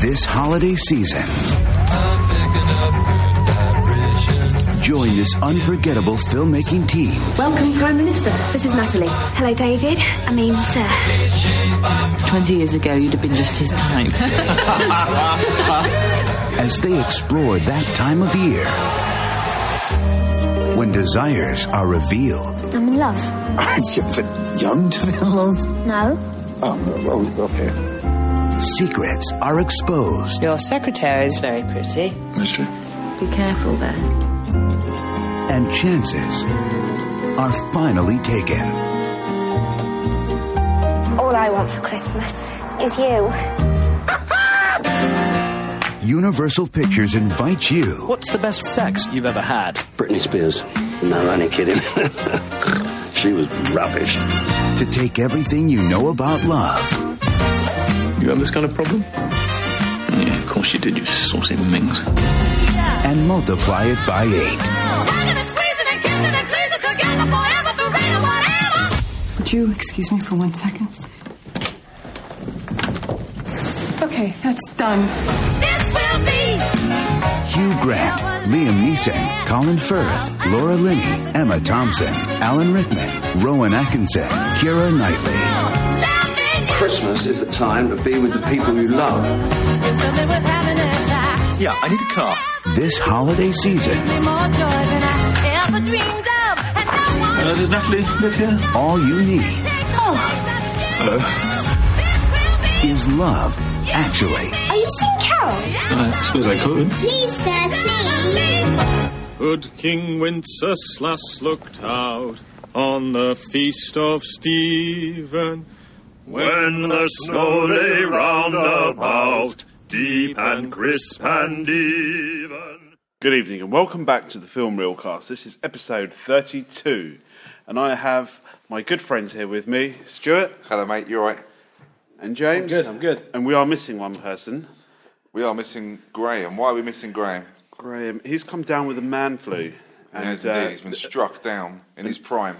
this holiday season. Join this unforgettable filmmaking team Welcome, Prime Minister. This is Natalie. Hello, David. I mean, sir. 20 years ago, you'd have been just his type. as they explore that time of year when desires are revealed. I'm in love. Aren't you a bit young to be in love? No? Oh, oh, okay. Secrets are exposed. Your secretary is very pretty. Mister. Be careful there. and chances are finally taken. All I want for Christmas is you. Universal Pictures invites you What's the best sex you've ever had? Britney Spears. No, only kidding. she was rubbish. to take everything you know about love You have this kind of problem? Yeah, of course you did, you saucy minx. and multiply it by eight. Would you excuse me for one second? Okay, that's done. Hugh Grant, Liam Neeson, Colin Firth, Laura Linney, Emma Thompson, Alan Rickman, Rowan Atkinson, Kira Knightley. Christmas is the time to be with the people you love. Yeah, I need a car. This holiday season, Uh, does Natalie live here? all you need Oh, is love, actually. Are you singing carols? I suppose I could. Please, sir, please. Good King Wenceslas looked out on the feast of Stephen. When the snow lay round about, deep and crisp and even. Good evening and welcome back to the Film Realcast. This is episode 32, and I have my good friends here with me, Stuart Hello, mate. You alright? and James. good, I'm good. And we are missing one person, We are missing Graham. Why are we missing Graham? Graham. He's come down with a man flu. And, yes, uh, indeed. He's been struck down in his prime.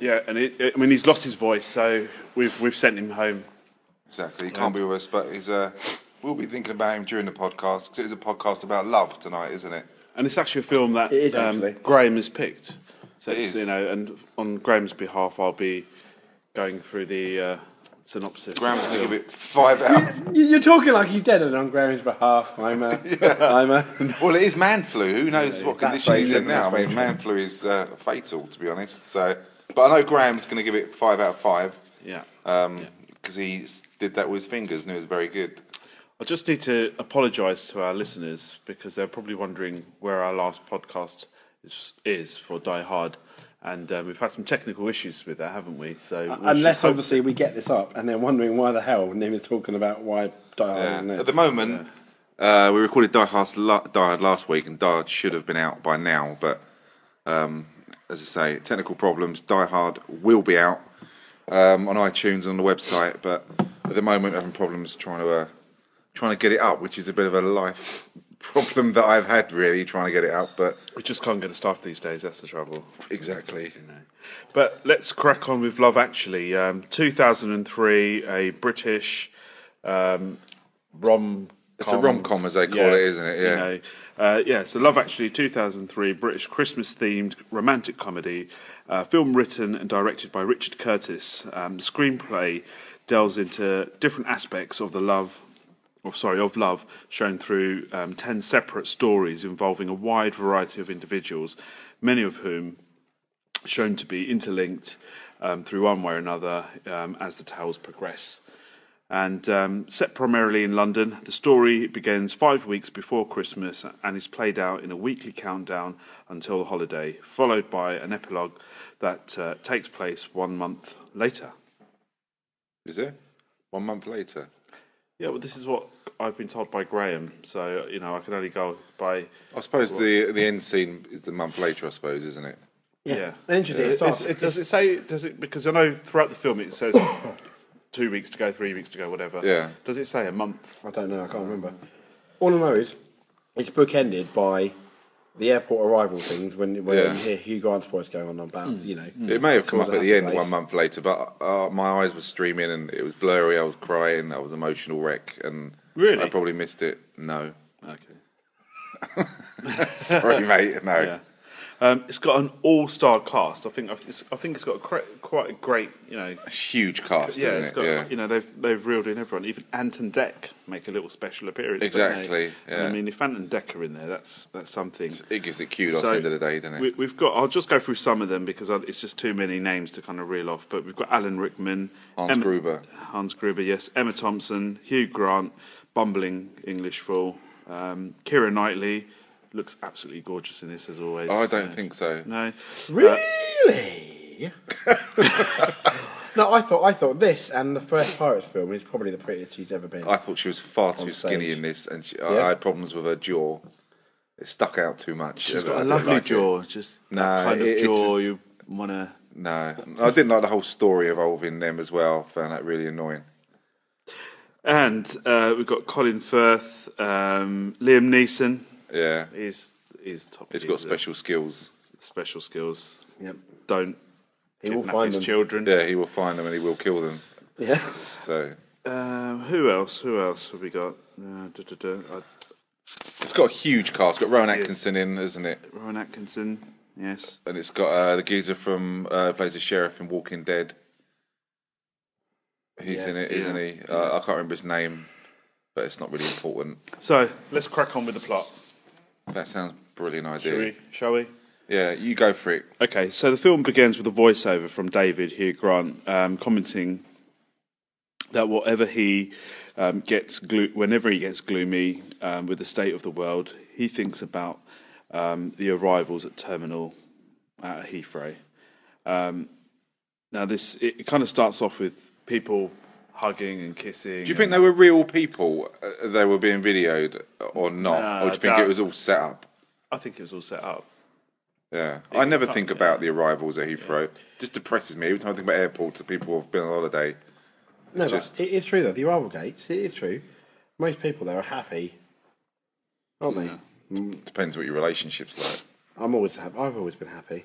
yeah, and it, I mean, he's lost his voice, so we've, we've sent him home. Exactly. He can't be with us, but he's. Uh, we'll be thinking about him during the podcast because it is a podcast about love tonight, isn't it? And it's actually a film that It is, um, actually. Graham has picked. So It it's, is. you know, and on Graham's behalf, I'll be going through the uh, synopsis. Graham's going to give it five out. of- You- You're talking like he's dead, and on Graham's behalf, I'm a, I'm a. well, it is man flu. Who knows what that's condition he's very in true, now? that's I mean, very man flu is uh, fatal, to be honest. So, but I know Graham's going to give it five out of five. Yeah. Um 'cause because he s- did that with his fingers and it was very good. I just need to apologise to our listeners because they're probably wondering where our last podcast is, is for Die Hard, and um, we've had some technical issues with that, haven't we? So we Unless should hope- obviously we get this up, and they're wondering why the hell Nim is talking about why Die Hard Yeah. isn't it. At the moment, uh, we recorded Die Hard, la- Die Hard last week, and Die Hard should have been out by now. But um, as I say, technical problems. Die Hard will be out um, on iTunes and on the website, but at the moment, having problems trying to uh, trying to get it up, which is a bit of a life problem that I've had really trying to get it out. But we just can't get a staff these days. That's the trouble. exactly, But let's crack on with Love Actually. Um, 2003, a British um, rom. It's a rom-com, as they call it, isn't it? Yeah. You know, uh, yeah. So Love Actually, 2003, British Christmas-themed romantic comedy, uh, film written and directed by Richard Curtis. Um, the screenplay delves into different aspects of the love or sorry, of love, shown through um, 10 separate stories involving a wide variety of individuals, many of whom shown to be interlinked um, through one way or another um, as the tales progress. And um, set primarily in London, the story begins five weeks before Christmas and is played out in a weekly countdown until the holiday, followed by an epilogue that uh, takes place one month later. is it one month later? Yeah, well, this is what I've been told by Graham, so you know I can only go by. I suppose the the end scene is the month later. I suppose, isn't it? Yeah, They introduced It's- us. it- does it say? Does it because I know throughout the film it says two weeks to go, three weeks to go, whatever. Yeah. Does it say a month? I don't know. I can't remember. All I know is it's bookended by the airport arrival things when when Yeah. Mm. you hear Hugh Grant's voice going on about Mm. you know. It may have come up Someone's at the end happy place. one month later, but uh, my eyes were streaming and it was blurry. I was crying. I was an emotional wreck, and Really? I probably missed it. No. Okay. Sorry, mate. No. Yeah. Um, it's got an all-star cast. I think I think I think it's got a cre- quite a great, you know, Huge cast, yeah, isn't it's it? got yeah. you know they've they've reeled in everyone. Even Anton Deck make a little special appearance. don't they? Exactly, yeah. I mean, if Anton Deck are in there, that's that's something. It gives it kudos at the end of the day, doesn't it? We, we've got. I'll just go through some of them because I, it's just too many names to kind of reel off. But we've got Alan Rickman, Hans Gruber. Hans Gruber, yes, Emma Thompson, Hugh Grant, bumbling English fool, um, Kira Knightley. Looks absolutely gorgeous in this, as always. I don't think so. No, Really? no, I thought I thought this and the first Pirates film is probably the prettiest he's ever been. I thought she was far too stage. skinny in this, and she, I, Yeah. I had problems with her jaw. It stuck out too much. She's I got a didn't lovely like it. jaw, just No, that kind it- it of jaw just- you want to. No, I didn't like the whole story involving them as well. I found that really annoying. And uh, we've got Colin Firth, um, Liam Neeson. Yeah, He's he's top. it's tier, got isn't special skills. it? special skills. Yep. Don't He will kidnap find his them. children. Yeah, he will find them and he will kill them. Yes. So Um, who else? Who else have we got? Uh, duh, duh, duh. Uh, it's got a huge cast. It's got Rowan Atkinson in, isn't it? Rowan Atkinson. Yes. And it's got uh, the geezer from uh, plays a sheriff in Walking Dead. He's in it, Yes, not yeah. he? Uh, I can't remember his name, but it's not really important. So let's crack on with the plot, That sounds brilliant shall idea. we? Shall we? Yeah, you go for it. Okay, so the film begins with a voiceover from David Hugh Grant um, commenting that whatever he um, gets, glo- whenever he gets gloomy um, with the state of the world, he thinks about um, the arrivals at terminal at Heathrow. Um, now, this it, it kind of starts off with people hugging and kissing. Do you think they were real people? Uh, they were being videoed or not? Nah, or do you I think it doubt- was all set up? I think it was all set up. Yeah, I never think yeah. about the arrivals at Heathrow. Just depresses me every time I think about airports and people who've been on holiday. No, Just- but it is true though. The arrival gates. It is true. Most people there are happy, aren't they? Depends what your relationship's like. I'm always happy. I've always been happy.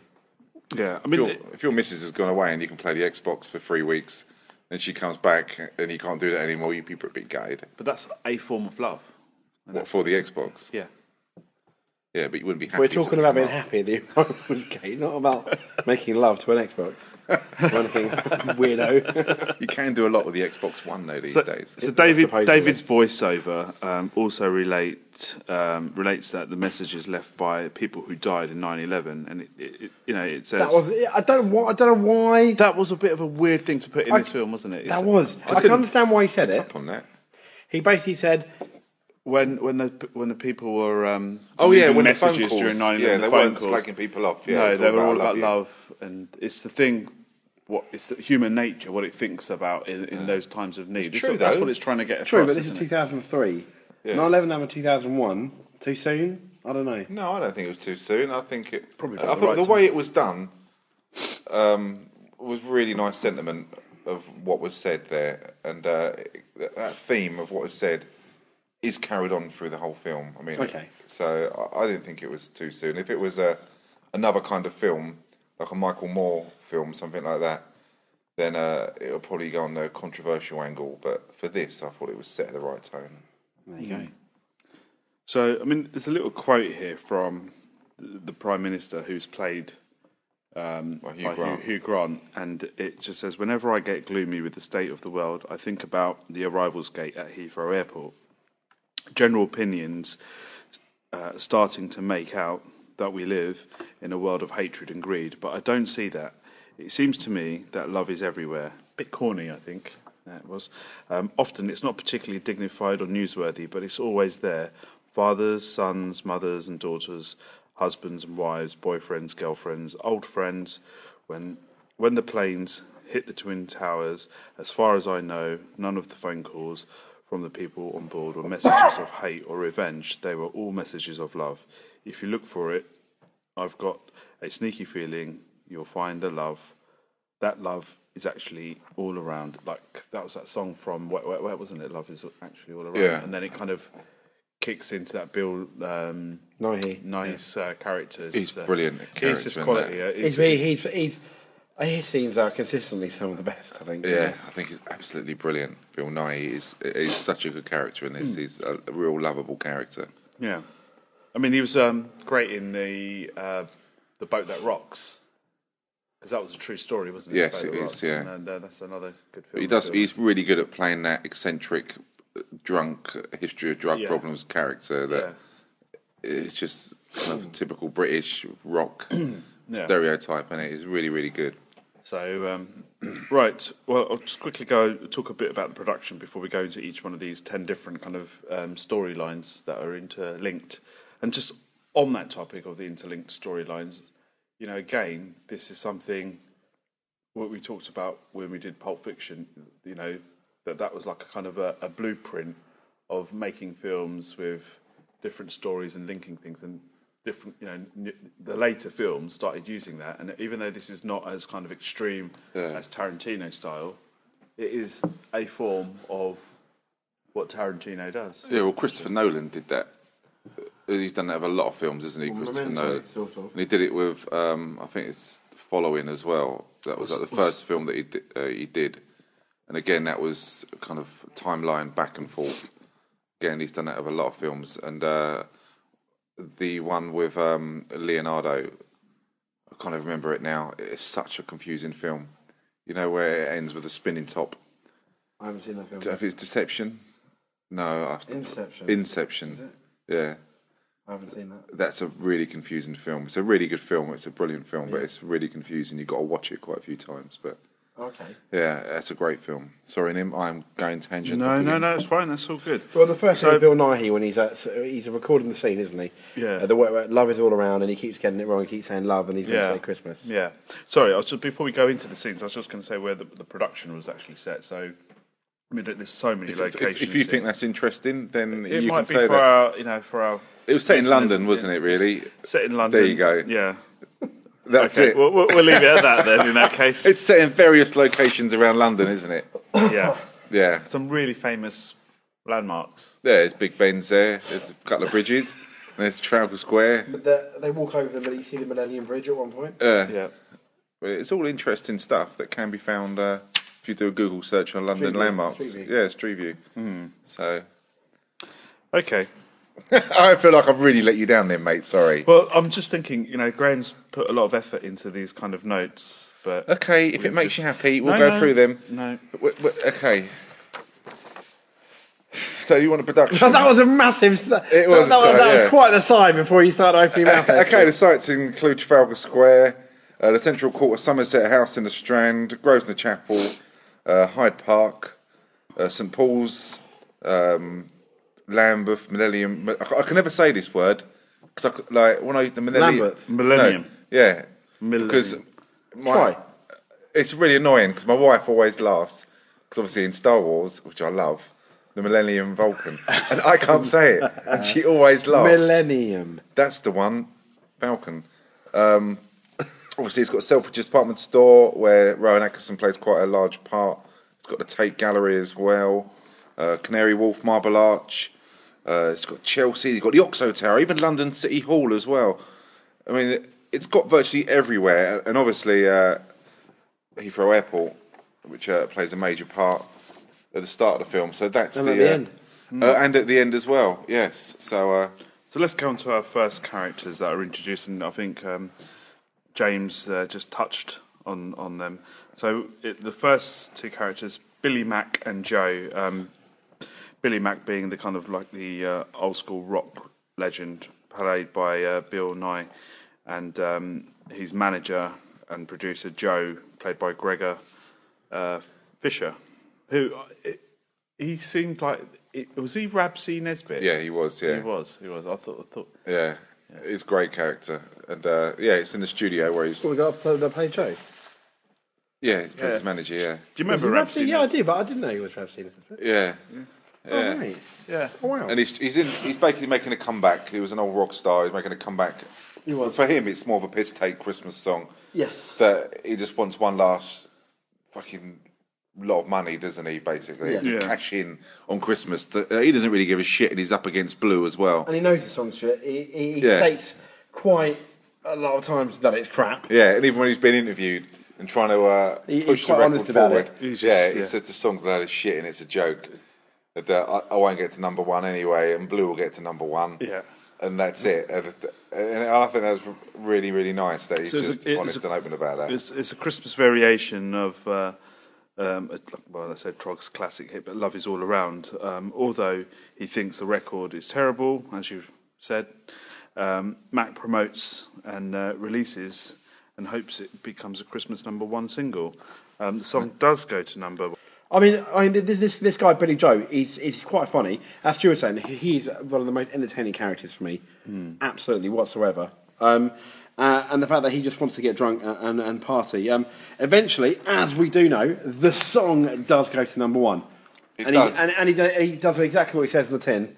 Yeah, I If mean, your, if your missus has gone away and you can play the Xbox for three weeks, and she comes back and you can't do that anymore, you'd be pretty gutted. but that's a form of love. What for the Xbox? Yeah. Yeah, but you wouldn't be happy. We're till talking they about come being up. happy at the arrival gate, not about making love to an Xbox. One thing, weirdo. You can do a lot with the Xbox One though these So, days. so David, supposedly. David's voiceover um, also relate um, relates that the message is left by people who died in 9/11, and it, it, it- you know it says that was. I don't. wa- I don't know why. That was a bit of a weird thing to put in I- this film, wasn't it? That It's- was. I can understand why he said it. Up on that. He basically said, when when the when the people were um, Oh yeah, leaving when the phone messages calls. during 9/11, yeah, the they phone weren't calls. slagging people off. Yeah, no, it's they were all about you. love, and it's the thing. What it's the human nature, what it thinks about in, in those times of need. It's- true, that's though. what it's trying to get across. "True, but this isn't is it? 2003. 9/11 happened 2001. Too soon? I don't know. No, I don't think it was too soon. I think it. Probably I about thought the right the time. way it was done um, was really nice sentiment of what was said there, and uh, that- that theme of what was said is carried on through the whole film. I mean, Okay. So I, I didn't think it was too soon. If it was a another kind of film, like a Michael Moore film, something like that, then uh, it would probably go on a controversial angle. But for this, I thought it was set at the right time. There you go. So, I mean, there's a little quote here from the the Prime Minister who's played um, By Hugh by Grant. Hugh, Hugh Grant, and it just says, Whenever I get gloomy with the state of the world, I think about the arrivals gate at Heathrow Airport. General opinions uh, starting to make out that we live in a world of hatred and greed, but I don't see that. It seems to me that love is everywhere. Bit corny, I think that was. Um, often it's not particularly dignified or newsworthy, but it's always there. Fathers, sons, mothers, and daughters, husbands and wives, boyfriends, girlfriends, old friends. When when the planes hit the twin towers, as far as I know, none of the phone calls from the people on board were messages of hate or revenge. They were all messages of love. If you look for it, I've got a sneaky feeling you'll find the love. That love is actually all around. Like that was that song from Wet Wet Wet, wasn't it? Love is actually all around. Yeah. And then it kind of kicks into that Bill um, Nighy. nice uh, characters. He's uh, brilliant at He's just character in quality. that. uh, He's, he's- he's, he's, His scenes are consistently some of the best, I think. Yeah, Yes. I think he's absolutely brilliant. Bill Nye is is such a good character in this. He's a, a real lovable character. Yeah, I mean he was um, great in the uh, the boat that rocks because that was a true story, wasn't it? The Yes, Boat it That is, Rocks, yeah. and, and uh, that's another good film. But he does. as well. He's really good at playing that eccentric, uh, drunk uh, history of drug Yeah. problems character. That it's just kind of typical British rock Yeah. stereotype, and it is really, really good. So, um, right, well, I'll just quickly go talk a bit about the production before we go into each one of these 10 different kind of um, storylines that are interlinked. And just on that topic of the interlinked storylines, you know, again, this is something what we talked about when we did Pulp Fiction, you know, that that was like a kind of a, a blueprint of making films with different stories and linking things and different, you know, n- the later films started using that. And even though this is not as kind of extreme as Tarantino style, it is a form of what Tarantino does. Yeah, well, Christopher Nolan did that. Uh, He's done that with a lot of films, isn't he, Well, Christopher Memento, Nolan? sort of. And he did it with, um, I think it's Following as well. That was like the first film that he di- uh, he did, and again that was kind of timeline back and forth. Again, he's done that with a lot of films, and uh, the one with um, Leonardo, I can't even remember it now. It's such a confusing film. You know where it ends with a spinning top. I haven't seen that film. I don't know if it's Deception. No, I, Inception. Inception. Yeah, I haven't seen that. that's a really confusing film. It's a really good film. It's a brilliant film, but it's really confusing. You've got to watch it quite a few times. But Okay. yeah, that's a great film. Sorry, Nim, I'm going tangent. No, no, no, it's fine, that's all good. Well, the first So- scene, Bill Nighy, when he's at, so he's recording the scene, isn't he? Yeah. Uh, the where, where love is all around, and he keeps getting it wrong. He keeps saying love, and he's going to say Christmas. Yeah. Sorry, I was just, before we go into the scenes, I was just going to say where the, the production was actually set. So, I mean, there's so many If, if- locations. if you in- think that's interesting, then it you might can be say for that. our, you know, for our. It was set in listeners, London, yeah. wasn't it? Really, Set in London. There you go. Yeah. that's okay. it. We'll, we'll, we'll leave it at that then. In that case, it's set in various locations around London, isn't it? yeah. Yeah, Some really famous landmarks. there's Big Ben's there. There's a couple of bridges. and there's Trafalgar Square. The, they walk over the. mill- You see the Millennium Bridge at one point. Yeah. Well, It's all interesting stuff that can be found uh, if you do a Google search on London Street view, landmarks. street view. yeah, Street View. Hmm, So Okay. I feel like I've really let you down there, mate. Sorry. Well, I'm just thinking. You know, Graham's put a lot of effort into these kind of notes, but okay, if we're it makes you just- happy, we'll No, go no, through them. No. W- w- okay. So you want a production? that was a massive. s- It was That, that was, a sigh, that yeah. was quite the sigh before you started opening your mouth. there. okay, the sites include Trafalgar Square, uh, the Central Court of Somerset House in the Strand, Grosvenor Chapel, uh, Hyde Park, uh, St Paul's, um, Lambeth, Millennium. I, ca- I can never say this word because like when I used the Millennium, Lambeth. Millennium. No, yeah, Millennium. because my, Try. It's really annoying because my wife always laughs because obviously in Star Wars, which I love. The Millennium Vulcan, and I can't say it, and she always laughs. Millennium. That's the one, Falcon. Um, obviously, it's got a Selfridges department store where Rowan Atkinson plays quite a large part. It's got the Tate Gallery as well, uh, Canary Wharf, Marble Arch. Uh, it's got Chelsea. It's got the Oxo Tower, even London City Hall as well. I mean, it- it's got virtually everywhere, and obviously uh, Heathrow Airport, which uh, plays a major part at the start of the film. So that's And the, at the uh, end. uh, and at the end as well. Yes. So. Uh, So let's go on to our first characters that are introduced, and I think um, James uh, just touched on, on them. So it, the first two characters, Billy Mack and Joe. Um, Billy Mack being the kind of like the uh, old school rock legend, played by uh, Bill Nye, and um, his manager and producer Joe, played by Gregor uh, Fisher, who uh, he seemed like it, was he Rabsy Nesbitt? Yeah, he was. Yeah, He was. He was. I thought. I thought. yeah. He's a great character, and uh, yeah, it's in the studio where he's We got to play, they play Joe. yeah, he's his manager. Yeah, Do you remember Was he Ramsey? Ramsey? Yeah, I do, but I didn't know he was Ramsey. yeah. Oh, right. Yeah. Oh, wow. And he's he's in he's basically making a comeback. He was an old rock star. He's making a comeback. He was. For him, it's more of a piss take Christmas song yes. that he just wants one last fucking lot of money, doesn't he? Basically, Yeah. to Yeah. cash in on Christmas. Th- uh, He doesn't really give a shit, and he's up against Blue as well. and he knows the song's shit. He, he, he Yeah. states quite a lot of times that it's crap. Yeah, and even when he's been interviewed, and trying to uh, He- he's push the quite record honest about forward. it. He's yeah, just- he yeah. says the song's loud as shit and it's a joke. That uh, I, I won't get to number one anyway, and Blue will get to number one. Yeah. and that's it. And, and I think that's really, really nice that he's So it's a- just it's honest a- and open about that. It's, it's a Christmas variation of, uh, um, a, well, I said Trog's classic hit, but Love Is All Around. Um, although he thinks the record is terrible, as you said, um, Mac promotes and uh, releases and hopes it becomes a Christmas number one single. Um, the song does go to number I mean, I mean, this this, this guy Billy Joe, he's, he's quite funny. As Stuart was saying, he- he's one of the most entertaining characters for me, Hmm. absolutely whatsoever. Um, uh, and the fact that he just wants to get drunk and, and, and party. Um, eventually, as we do know, the song does go to number one. It and does. He, and and he, do, he does exactly what he says in the tin.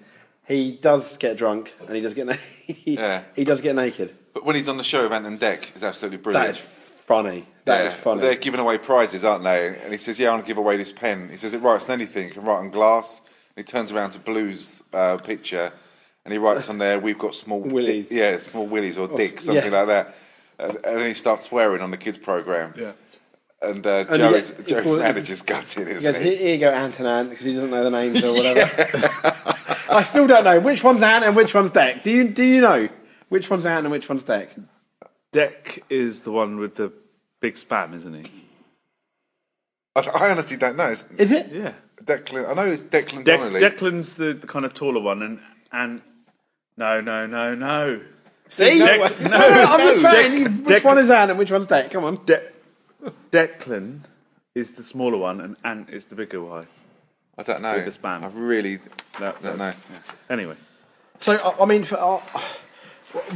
He does get drunk and he does get na- he, Yeah. he does get naked. But when he's on the show of Ant Deck, it's absolutely brilliant. That is funny. That is Yeah, funny. They're giving away prizes, aren't they? And he says, "Yeah, I want to give away this pen." He says, "It writes on anything. It can write on glass." And he turns around to Blue's uh, picture, and he writes on there, "We've got small di- Willies. yeah, small willies or dicks, something yeah. like that." And, and then he starts swearing on the kids' program. Yeah. And, uh, And Joe's, he- Joe's well, manager's gutted, He goes, isn't here, he? here you go, Ant and Ant, because he doesn't know the names or whatever. I still don't know which one's Ant and which one's Deck. Do you do you know which one's Ant and which one's Deck? Deck is the one with the big spam, isn't he? I, I honestly don't know. It's Is it? Yeah. Declan. I know it's Dec- Declan Donnelly. Declan's the, the kind of taller one, and and no, no, no, no. See, Deck- no, no, no, no, I'm just no, saying Deck- which Deck- one is Ant and which one's Deck. Come on. De- Declan is the smaller one, and Ant is the bigger one. I don't know. With the spam. I really That, don't know. that's- yeah. Anyway, So I, I mean, for, uh,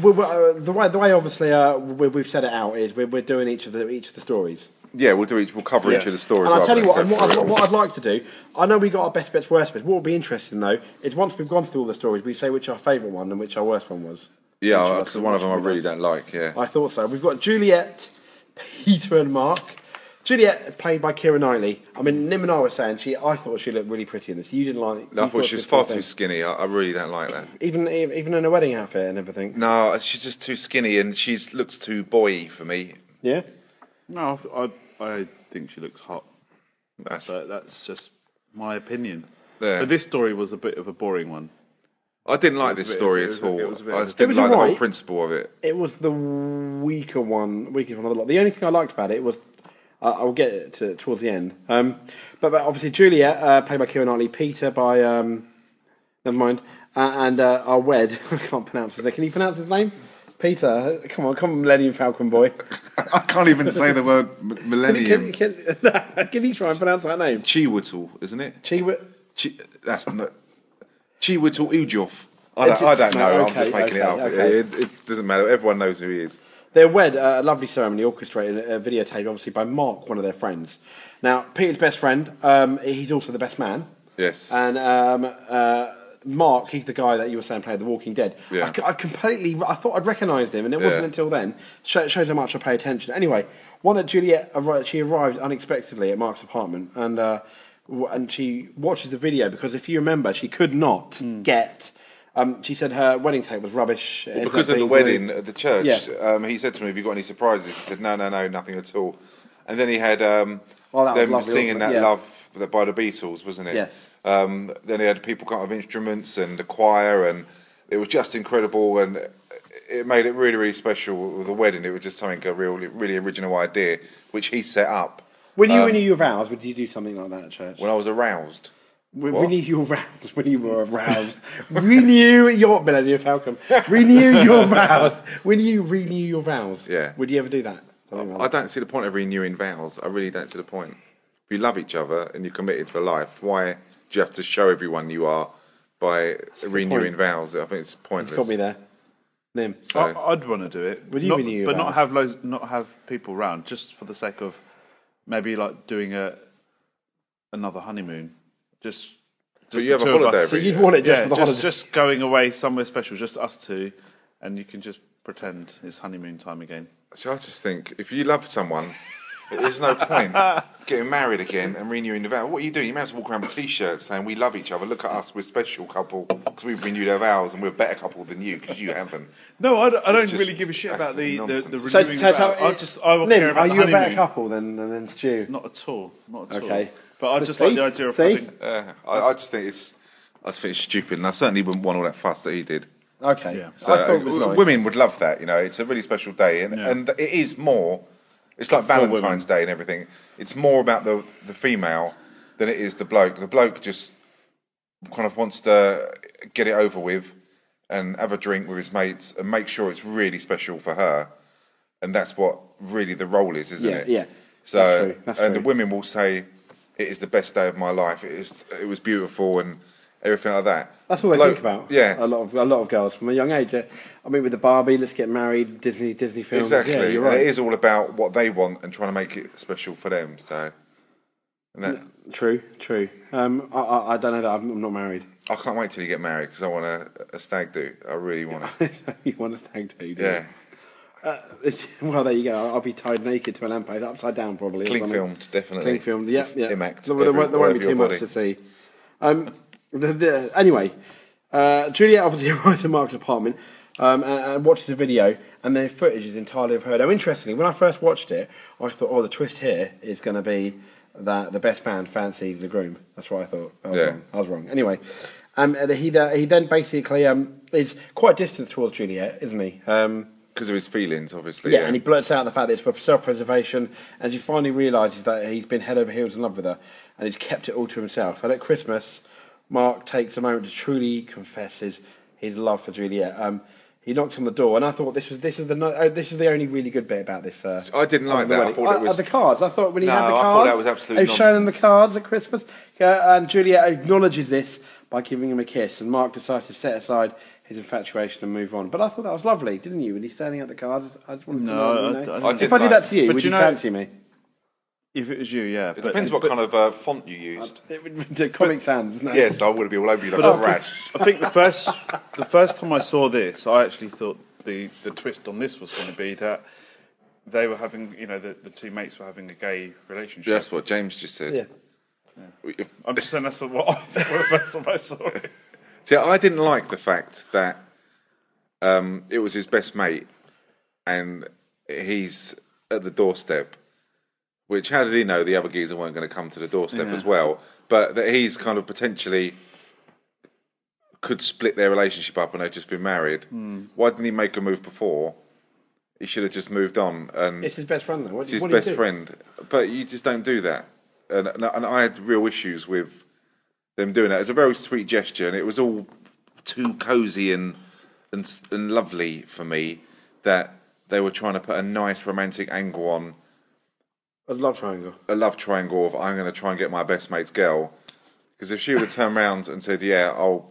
we we uh, the way the way obviously uh, we, we've set it out is we're, we're doing each of the each of the stories. Yeah, we'll do each. We'll cover each Yeah. of the stories. And I'll rather tell you than what, go and what, through it I'd, all. what I'd like to do, I know we got our best bets, worst bets. What would be interesting though is once we've gone through all the stories, we say which our favourite one and which our worst one was. Which yeah, us- because one of which them I we really liked. don't like. Yeah. I thought so. We've got Juliet, Peter, and Mark. Juliet, played by Kira Knightley. I mean, Nim and I were saying she. I thought she looked really pretty in this. You didn't like. you I thought she this was far poor too thing. skinny. I, I really don't like that. Even even in a wedding outfit and everything. No, she's just too skinny and she looks too boy for me. Yeah. no, I, I think she looks hot. That's- So that's just my opinion. Yeah. But this story was a bit of a boring one. I didn't It like was this a bit- story it was at a- it all. was a bit- I just It didn't was like the whole alright. principle of it. It was the weaker one, weakest one of the lot. The only thing I liked about it was, uh, I'll get it to, towards the end. Um, but, but obviously Juliet, uh, played by Keira Knightley, Peter by, um, never mind, uh, and uh, our wed. I can't pronounce his name. Can you pronounce his name? Peter, come on, come on, Millennium Falcon boy. I can't even say the word m- Can you, can, millennium. you- can, can you try and pronounce that name? Chiwetel, isn't it? Chiwit. Chi- that's not. Chiwetel Ujoff. I don't, I don't No, know. I'm okay, just making okay, it up. okay. It, it doesn't matter. Everyone knows who he is. Their wed, uh, a lovely ceremony orchestrated and uh, videotaped, obviously, by Mark, one of their friends. Now, Peter's best friend, um, he's also the best man. Yes. And um, uh, Mark, he's the guy that you were saying played The Walking Dead. Yeah. I c- I, completely, I thought I'd recognised him, and it wasn't Yeah. until then. Sho shows how much I pay attention. Anyway, one at Juliet, arrived, she arrived unexpectedly at Mark's apartment, and uh, w- and she watches the video because if you remember, she could not get. Um, she said her wedding tape was rubbish. It ended because up of the being blue. wedding at the church, Yeah. um, he said to me, "Have you got any surprises?" He said, "No, no, no, nothing at all." And then he had um, Oh, that was them lovely, singing wasn't it? that Yeah. love that by the Beatles, wasn't it? Yes. Um, then he had people kind of instruments and the choir, and it was just incredible, and it made it really, really special with the wedding. It was just something a really, really original idea which he set up Um, When you renew your vows, would you do something like that at church? when I was aroused. Re- What? Renew your vows when you were aroused. renew your Millennium Falcon. Renew your vows. When you renew your vows. Yeah. Would you ever do that? Something like I don't see the point of renewing vows. I really don't see the point. If you love each other and you're committed for life, why do you have to show everyone you are by renewing point. vows? I think it's pointless. that. It's got me there. Nim. So, I, I'd want to do it, Would you Not- be new but about not it? have loads, not have people round, just for the sake of maybe like doing a another honeymoon. Just, just you the have a two of holiday us. every So you'd want it just yeah, for the just, holiday. just going away somewhere special, just us two, and you can just pretend it's honeymoon time again. so I just think if you love someone There's no point getting married again and renewing the vow. What are you doing? You might as well walk around with t-shirts saying we love each other. Look at us, we're special couple because we've renewed our vows and we're a better couple than you because you haven't. No, I don't, I It's don't just really give a shit about the, the, the nonsense. renewing So- so- so vow. I it- just, I don't Lynn, care about are the you a better honeymoon. couple than, than, than Stu? Not at all. Not at Okay. all. But I But just see? like the idea of See? having. Yeah, I, I just think it's. I just think it's stupid, and I certainly wouldn't want all that fuss that he did. Okay. Yeah. So I thought it was w- nice. women would love that, you know. It's a really special day, and, Yeah. and it is more. It's like women. Valentine's Day and everything. It's more about the the female than it is the bloke. The bloke just kind of wants to get it over with and have a drink with his mates and make sure it's really special for her. And that's what really the role is, isn't Yeah, it? yeah. So That's true, that's and true. the women will say it is the best day of my life. It is it was beautiful and everything like that. That's all they Bloke- think about. Yeah. a lot of a lot of girls from a young age. They're- I mean, with the Barbie, let's get married, Disney Disney films. Exactly. Yeah, you're And right. It is all about what they want and trying to make it special for them. So, and that, True, true. Um, I, I, I don't know that I'm, I'm not married. I can't wait till you get married because I uh, want a, a stag do. I really want it. you want a stag do? do you? Uh, Yeah, It's- well, there you go. I'll, I'll be tied naked to a lamppost, upside down probably. or clean something. filmed, definitely. Cling filmed. Yeah, yeah. Imact. there, there won't- there won't be too much to see. Um, the, the, anyway, uh, Juliet obviously arrives at Mark's apartment um, and, and watches the video, and the footage is entirely of her. Now, interestingly, when I first watched it, I thought, oh, the twist here is going to be that the best man fancies the groom. That's what I thought. I was Yeah. wrong. I was wrong. Anyway, um, and he the, he then basically um, is quite distant towards Juliet, isn't he? Um, Because of his feelings, obviously. yeah, and he blurts out the fact that it's for self-preservation, and she finally realizes that he's been head over heels in love with her, and he's kept it all to himself. And at Christmas, Mark takes a moment to truly confess his, his love for Juliet. Um, he knocks on the door, and I thought this was this is the no- oh, this is the only really good bit about this. Uh, I didn't like of the that. I wedding. thought it Uh, was- the cards. I thought when he No, had the I cards, oh, thought that was absolute He's showing him the nonsense. cards at Christmas, uh, and Juliet acknowledges this by giving him a kiss, and Mark decides to set aside. His infatuation and move on, but I thought that was lovely, didn't you? When he's standing at the cards, I just wanted to know. No, you I- know? I I did If I did like- that to you, But would you you know- fancy me? If it was you, yeah. It depends what kind of uh, font you used. It would do Comic Sans. No. yes, I would be all over you like But a I- rash. I think the first the first time I saw this, I actually thought the, the twist on this was going to be that they were having, you know, the, the two mates were having a gay relationship. That's what James just said. Yeah. We- I'm just saying that's what I thought when the first time I saw it. See, I didn't like the fact that um, it was his best mate, and he's at the doorstep. Which, how did he know the other geezer weren't going to come to the doorstep as well? But that he's kind of potentially could split their relationship up and they've just been married. Hmm. Why didn't he make a move before? He should have just moved on. And It's his best friend, though. What, it's his what do you best do? friend. But you just don't do that. And, and, and I had real issues with them doing that. It's a very sweet gesture, and it was all too cozy and and s- and lovely for me that they were trying to put a nice romantic angle on A love triangle. a love triangle of I'm going to try and get my best mate's girl. Because if she would turn around and said, "Yeah, I'll,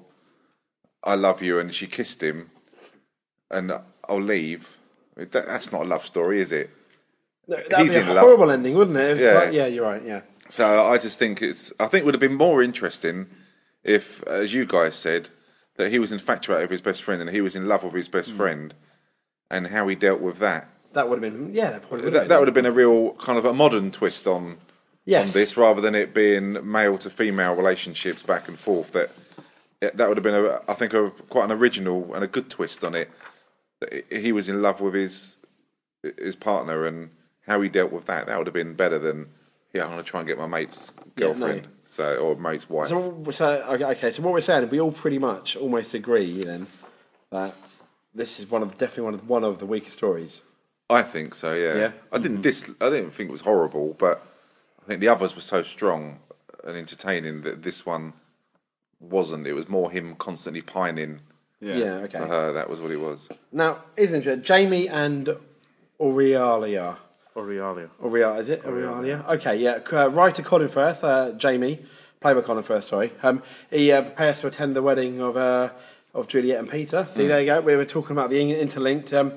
I love you," and she kissed him, and I'll leave, that, that's not a love story, is it? No, that'd He's be a in love. horrible ending, wouldn't it? It's Yeah. like- yeah, you're right. Yeah. So I just think it's. I think it would have been more interesting if, as you guys said, that he was infatuated with his best friend and he was in love with his best friend, and how he dealt with that. Mm. That would have been. Yeah, that probably would have That, that would have been a real kind of a modern twist on Yes. on this, rather than it being male to female relationships back and forth. That that would have been, a, I think, a, quite an original and a good twist on it. That he he was in love with his his partner and how he dealt with that. That would have been better than yeah, I'm going to try and get my mate's Yeah, no. girlfriend, so or mate's wife. So, so okay, okay, so what we're saying, we all pretty much almost agree then that this is one of definitely one of one of the weaker stories. I think so. Yeah, Yeah? Mm-hmm. I didn't dis. I didn't think it was horrible, but I think the others were so strong and entertaining that this one wasn't. It was more him constantly pining Yeah. okay. for her. That was what it was. Now, isn't it Jamie and Aurelia? Aurelia. Aurelia, is it? Aurelia. Okay, yeah. C- Uh, writer Colin Firth, uh, Jamie, played by Colin Firth, sorry. Um, he uh, prepares to attend the wedding of uh, of Juliet and Peter. Mm. See, there you go. We were talking about the in- interlinked. Um,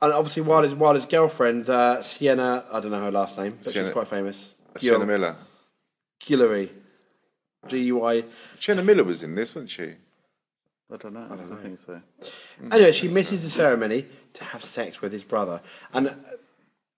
and obviously, while his, while his girlfriend, uh, Sienna, I don't know her last name, but Sienna- she's quite famous. Shanna Miller. Guillory. G-U-I. Shanna Miller was in this, wasn't she? I don't know. I don't, think so. Mm, Anyway, she misses the ceremony to have sex with his brother. And uh,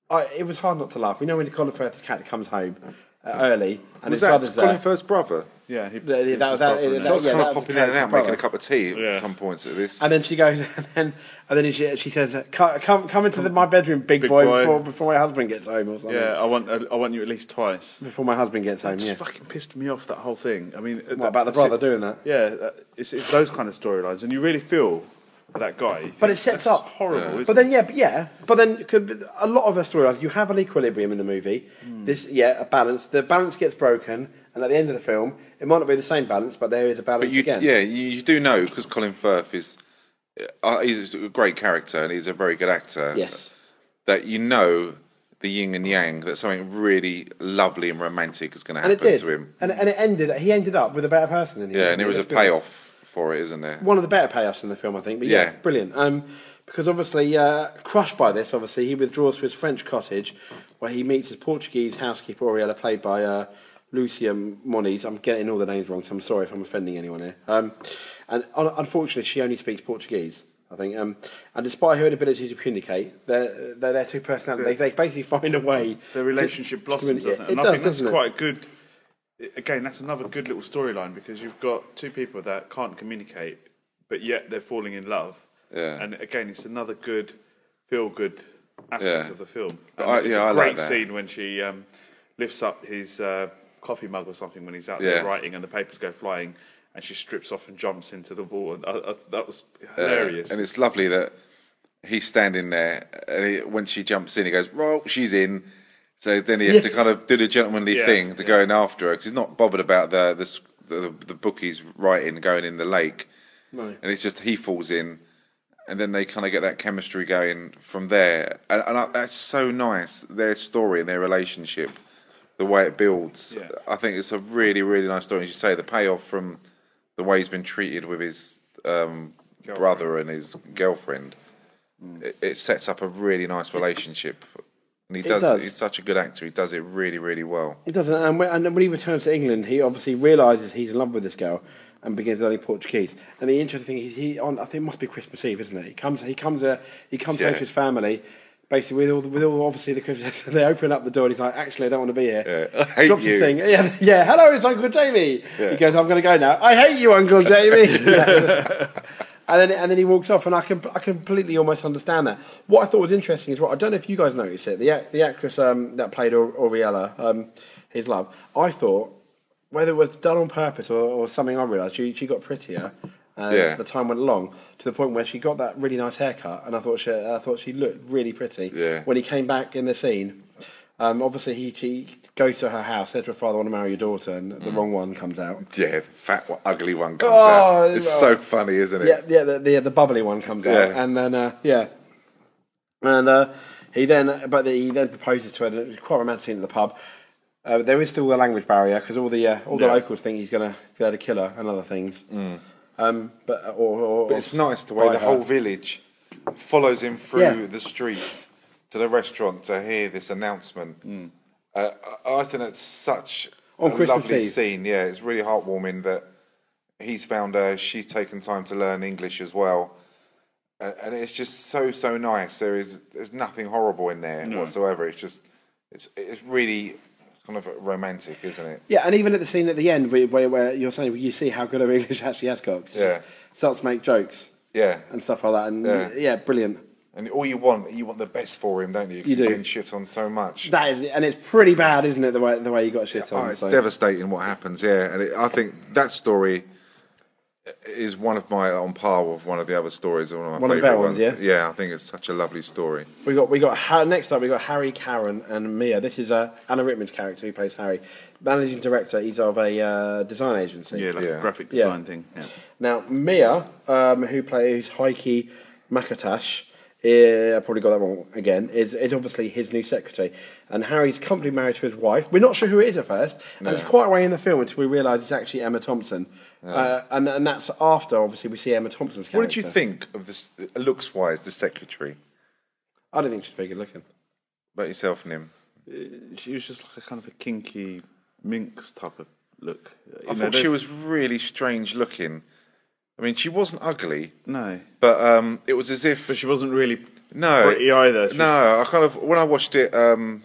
I, it was hard not to laugh. You know when Colin Firth's cat comes home uh, early and his Was that brother's Colin there. Firth's brother? Yeah, he, Yeah, yeah, that- that- yeah, that- so it's yeah, kind that of was popping the in and out, character making a cup of tea at Yeah. some points at this. And then she goes, and then and then she, she says, "Come come, come into the, my bedroom, big, Big boy, boy. Before, before my husband gets home or something." Yeah, I want uh, I want you at least twice before my husband gets home. That just Yeah, fucking pissed me off that whole thing. I mean, uh, What, about the brother doing that? Yeah, that, it's, it's those kind of storylines, and you really feel for that guy. You but think, it sets "That's up horrible. isn't But then yeah, but yeah, but then could be- a lot of us storylines. You have an equilibrium in the movie. Hmm. This yeah, a balance. The balance gets broken, and at the end of the film, it might not be the same balance, but there is a balance But you, again. yeah, you, you do know because Colin Firth is uh, he's a great character and he's a very good actor. Yes. that you know the yin and yang that something really lovely and romantic is going to and happen it did, to him. and and it ended. He ended up with a better person in the Yeah, end, and it was a let's be honest. payoff for it, isn't there? one of the better payoffs in the film, I think. But yeah, Yeah. brilliant. Um, because obviously, uh, crushed by this, obviously he withdraws to his French cottage, where he meets his Portuguese housekeeper Oriela, played by uh, Lucia Moniz. I'm getting all the names wrong, so I'm sorry if I'm offending anyone here. Um, and un- unfortunately, she only speaks Portuguese. I think, um, and despite her inability to communicate, their their, their two personalities, they, they basically find a way. their to- relationship to blossoms, communi- doesn't it? It And does, I think that's doesn't it? quite a good. Again, that's another good little storyline because you've got two people that can't communicate, but yet they're falling in love. Yeah. And again, it's another good, feel-good aspect Yeah. of the film. I- And it's yeah, a I like great that. scene when she um, lifts up his uh, coffee mug or something when he's out Yeah. there writing, and the papers go flying, and she strips off and jumps into the wall. And I, I, that was hilarious. Uh, And it's lovely that he's standing there, and he, when she jumps in, he goes, "Well, she's in." So then he has to Yeah. kind of do the gentlemanly Yeah, thing to go in after her because he's not bothered about the the, s- the the book he's writing going in the lake, No. and it's just he falls in, and then they kind of get that chemistry going from there, and, and I, that's so nice. Their story and their relationship, the way it builds, Yeah. I think it's a really really nice story. As you say, the payoff from the way he's been treated with his um, brother and his girlfriend. Mm. It, it sets up a really nice relationship, and he It does, does. He's such a good actor. He does it really, really well. He doesn't, and when, and when he returns to England, he obviously realizes he's in love with this girl and begins learning Portuguese. And the interesting thing is, he on I think it must be Christmas Eve, isn't it? He comes, he comes, uh, he comes home to Yeah. his family, basically with all the, with all obviously the Christmas. they open up the door, and he's like, "Actually, I don't want to be here." Yeah, I hate Drops you. his thing. Yeah, yeah. Hello, it's Uncle Jamie. Yeah. He goes, "I'm going to go now." I hate you, Uncle Jamie. And then, and then he walks off, and I can I completely almost understand that. What I thought was interesting is what I don't know if you guys noticed it. The act, the actress um, that played Or- Oriella, um, his love. I thought whether it was done on purpose or, or something, I realised she she got prettier as Yeah. the time went along to the point where she got that really nice haircut, and I thought she I thought she looked really pretty Yeah. when he came back in the scene. Um, obviously, he she goes to her house, says to her father, "I want to marry your daughter," and the wrong one comes out. Mm. Yeah, the fat, one, ugly one comes Oh, out. It's no. so funny, isn't it? Yeah, yeah, the, the, the bubbly one comes out, Yeah. and then uh, yeah, and uh, he then but he then proposes to her. and It's quite a romantic scene at the pub. Uh, there is still the language barrier because all the uh, all the Yeah. locals think he's going to go to kill her and other things. Um, but or, or Mm. But it's nice the way the whole village follows him through Yeah. the streets to the restaurant to hear this announcement. Uh, I- I think it's such On a Christmas lovely Eve. scene. Yeah, it's really heartwarming that he's found her. She's taken time to learn English as well, and, and it's just so so nice. There is there's nothing horrible in there whatsoever. It's just it's it's really kind of romantic, isn't it? yeah, and even at the scene at the end where, where, where you're saying you see how good her English actually has got. 'cause she Yeah. starts to make jokes Yeah, and stuff like that, and Yeah. yeah, brilliant. and all you want you want the best for him, don't you? 'Cause You he's do. been shit on so much. That is, and it's pretty bad, isn't it? The way the way you got shit on. Oh, it's so. devastating what happens, yeah. And it, I think that story is one of my on par with one of the other stories, one of my One of the favourite better ones, yeah? I think it's such a lovely story. We got we got Har- next up we got Harry Karen and Mia. This is uh, Anna Rickman's character who plays Harry, managing director. He's of a uh, design agency. yeah, like Yeah. a graphic Yeah. design thing. Yeah. Now Mia, um, who plays Heike Makatash, eh, I probably got that wrong again. Is is obviously his new secretary, and Harry's company married to his wife. We're not sure who it is at first, and it's quite a way in the film until we realise it's actually Emma Thompson, uh, and and that's after obviously we see Emma Thompson's character. What did you think of this looks wise, the secretary? I don't think she's very good looking. About yourself and him. Uh, She was just like a kind of a kinky minx type of look. You I know, thought they- she was really strange looking. I mean, she wasn't ugly. No. But um, it was as if. But she wasn't really no, pretty either. She no, I kind of. When I watched it um,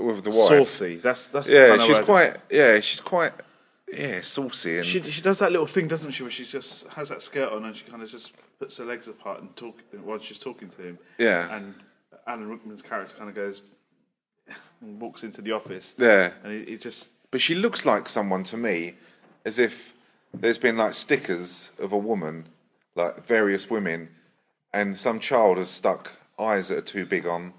with the wife. Saucy. That's that's. yeah, the kind of she's word. quite. Yeah, she's quite. Yeah, saucy. And, She she does that little thing, doesn't she? Where she just has that skirt on and she kind of just puts her legs apart and talk while she's talking to him. Yeah. And Alan Rickman's character kind of goes and walks into the office. Yeah. And he, he just but she looks like someone to me, as if there's been like stickers of a woman, like various women, and some child has stuck eyes that are too big on.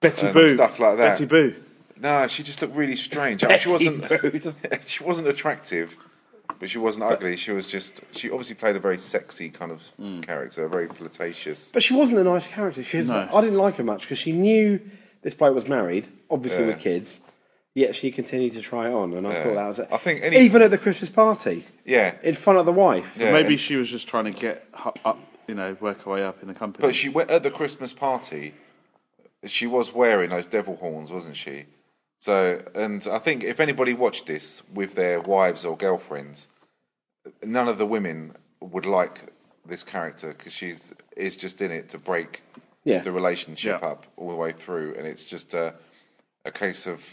Betty and Boo stuff like that. Betty Boo. No, she just looked really strange. I mean, she wasn't. she wasn't attractive, but she wasn't ugly. She was just. She obviously played a very sexy kind of Hmm. character, very flirtatious. But she wasn't a nice character. She was, I didn't like her much because she knew this bloke was married, obviously Yeah. with kids. Yet she continued to try it on, and I Yeah. thought that was it. I think any- even at the Christmas party, Yeah, in front of the wife, yeah. Maybe she was just trying to get hu- up, you know, work her way up in the company. But she went at the Christmas party. She was wearing those devil horns, wasn't she? So, and I think if anybody watched this with their wives or girlfriends, none of the women would like this character because she's is just in it to break Yeah. the relationship Yeah. up all the way through, and it's just a a case of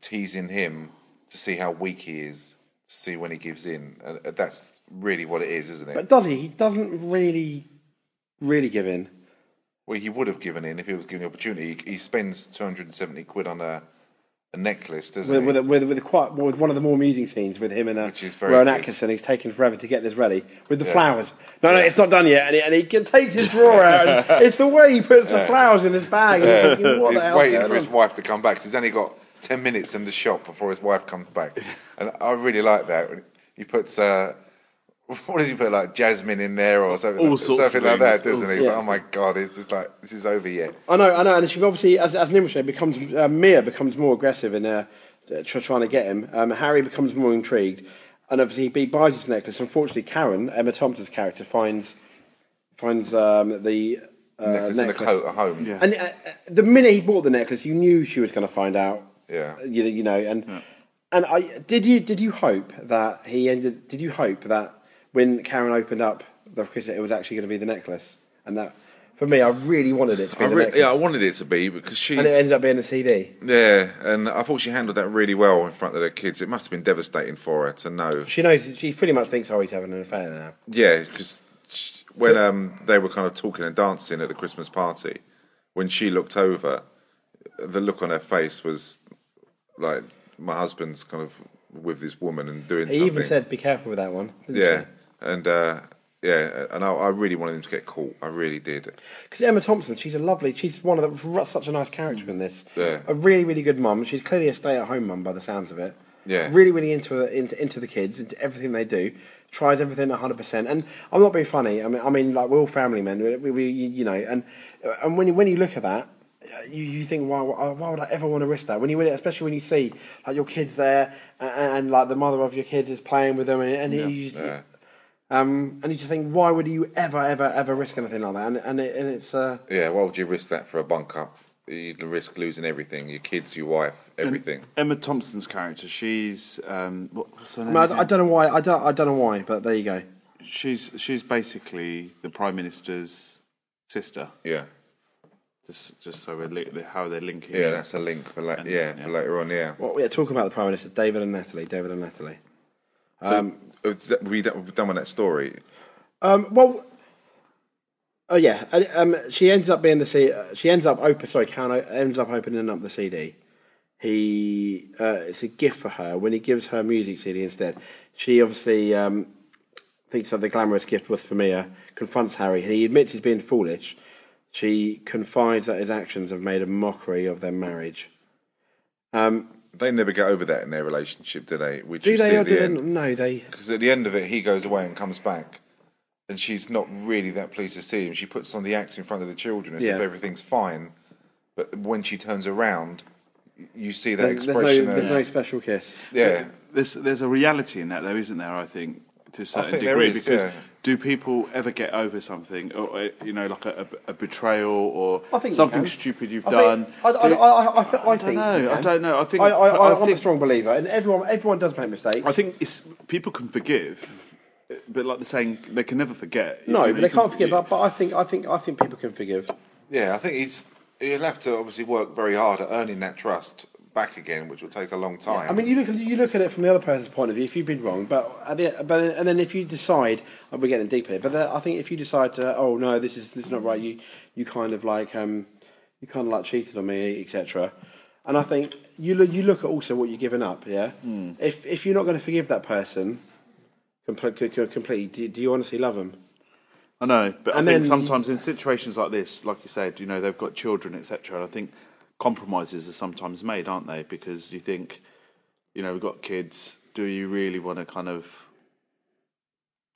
teasing him to see how weak he is, to see when he gives in, and and that's really what it is, isn't it? but does he? He doesn't really, really give in. Well, he would have given in if he was given the opportunity. He, he spends 270 quid on a, a necklace, doesn't with, he? with, a- with, with, a quite, with one of the more amusing scenes with him and uh, Which is very Rowan good. Atkinson. He's taken forever to get this ready with the Yeah. flowers. No, no, it's not done yet. And he, and he can- takes his drawer out. And it's the way he puts the flowers in his bag. And you're thinking, what the He's hell's waiting going for his on? wife to come back. 'cause He's only got 10 minutes in the shop before his wife comes back. And I really like that. He puts, uh, what does he put, like jasmine in there or something, All like, sorts of something like things, that, doesn't all he? It's sorts like, oh my God, it's just like, this is over yet. I know, I know, and she obviously, as as Nimrod said, becomes uh, Mia becomes more aggressive in uh, tr- trying to get him. Um, Harry becomes more intrigued, and obviously he buys his necklace. Unfortunately, Karen Emma Thompson's character finds finds um, the uh, necklace, and a coat at home. Yeah. And uh, uh, the minute he bought the necklace, you knew she was going to find out. Yeah. Uh, You, you know, and and I did you did you hope that he ended? Did you hope that when Karen opened up the cricket, it was actually going to be the necklace? And that for me, I really wanted it to be I the re- necklace. yeah, I wanted it to be because she's. and it ended up being a CD. yeah, and I thought she handled that really well in front of the kids. It must have been devastating for her to know. She knows. She pretty much thinks Harry's having an affair now. Yeah, because when um, they were kind of talking and dancing at the Christmas party, when she looked over, the look on her face was like my husband's kind of with this woman and doing He something. even said, "Be careful with that one." didn't yeah, and uh, yeah, and I, I really wanted him to get caught. I really did. Because Emma Thompson, she's a lovely, she's one of the, such a nice character in this. Yeah. A really, really good mum. She's clearly a stay-at-home mum by the sounds of it. Yeah. Really, really into the, into into the kids, into everything they do. Tries everything hundred percent. And I'm not being funny. I mean, I mean, like we're all family men. We, we, we you you know, and uh, and when you, when you look at that. uh, You, you think why why would I ever want to risk that when you when- especially when you see like your kids there and, and like the mother of your kids is playing with them and, and you just, Yeah. um and you just think why would you ever ever ever risk anything like that and and, it, and it's uh Yeah, why would you risk that for a bunk up? You'd risk losing everything: your kids, your wife, everything. Emma Thompson's character, she's um, what, what's her name? I, mean, again? I, I don't know why. I don't. I don't know why. But there you go. She's she's basically the prime minister's sister. Yeah, Just just so we're li- how they're linking. yeah, that's a link for la- And- yeah, yeah. for later on. Yeah. Well, we're talking about the prime minister, David and Natalie. David and Natalie. So oh, is that- we done- we're done with that story. Um. Well. Oh yeah. and, Um. She ends up being the C. uh, She ends up open. Sorry, Karen o- ends up opening up the CD. He. Uh, it's a gift for her when he gives her music CD instead. She obviously um, thinks that the glamorous gift was for Mia. Confronts Harry, and he admits he's being foolish. She confides that his actions have made a mockery of their marriage. Um, They never get over that in their relationship, do they? Which Do you they see or at do the they? end. No, they. Because at the end of it, he goes away and comes back, and she's not really that pleased to see him. She puts on the act in front of the children as if Yeah. everything's fine, but when she turns around, y- you see that There's, there's expression. no, there's no as, special kiss. yeah, There's there's a reality in that though, isn't there? I think to a certain think there degree is, because yeah. do people ever get over something or uh, you know like a, a, a betrayal or I think you something can. stupid you've I done? think- I, I, Do- I, I, I, th- I don't think. know, you I can. don't know, I think- I, I, I I, am think- a strong believer, and everyone, everyone does make mistakes. I think it's people can forgive, But like they're saying, they can never forget. No, You know, but you they can- can't forgive. you- But, but I think I think I think people can forgive. Yeah, I think he's he'll have to obviously work very hard at earning that trust back again, which will take a long time. I mean, you look you look at it from the other person's point of view. If you've been wrong, but at the, but and then if you decide, oh, we're getting deep here. But then I think if you decide to, oh no, this is this is not right. You you kind of like um you kind of like cheated on me, etc. And I think you look you look at also what you're giving up. Yeah. Hmm. If if you're not going to forgive that person, completely, completely, do, do you honestly love them? I know, but And I think then- sometimes in situations like this, like you said, you know, they've got children, etc. and I think compromises are sometimes made, aren't they? Because you think, you know, we've got kids. Do you really want to kind of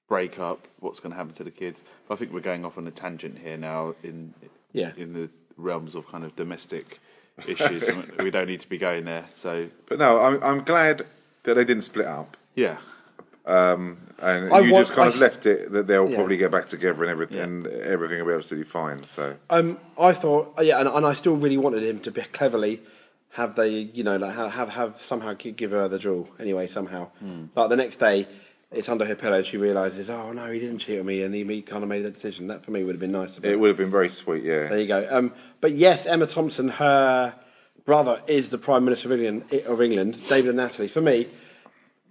break up? What's going to happen to the kids? But I think we're going off on a tangent here now in Yeah. in the realms of kind of domestic issues. and we don't need to be going there. So, but no, I'm I'm glad that they didn't split up. Yeah. Um, and I you want- just kind I of s- left it that they'll Yeah. probably get back together and everything, and everything will be absolutely fine. So Um, I thought, oh, yeah, and, and I still really wanted him to be cleverly have they, you know, like have have, have somehow gi- give her the jewel anyway, somehow. Hmm. Like the next day, it's under her pillow. She realizes, oh no, he didn't cheat on me, and he, kind of made that decision. That for me would have been nice. To be. it would have been very sweet. Yeah. There you go. Um, but yes, Emma Thompson, her brother is the Prime Minister of England, of England, David and Natalie. For me,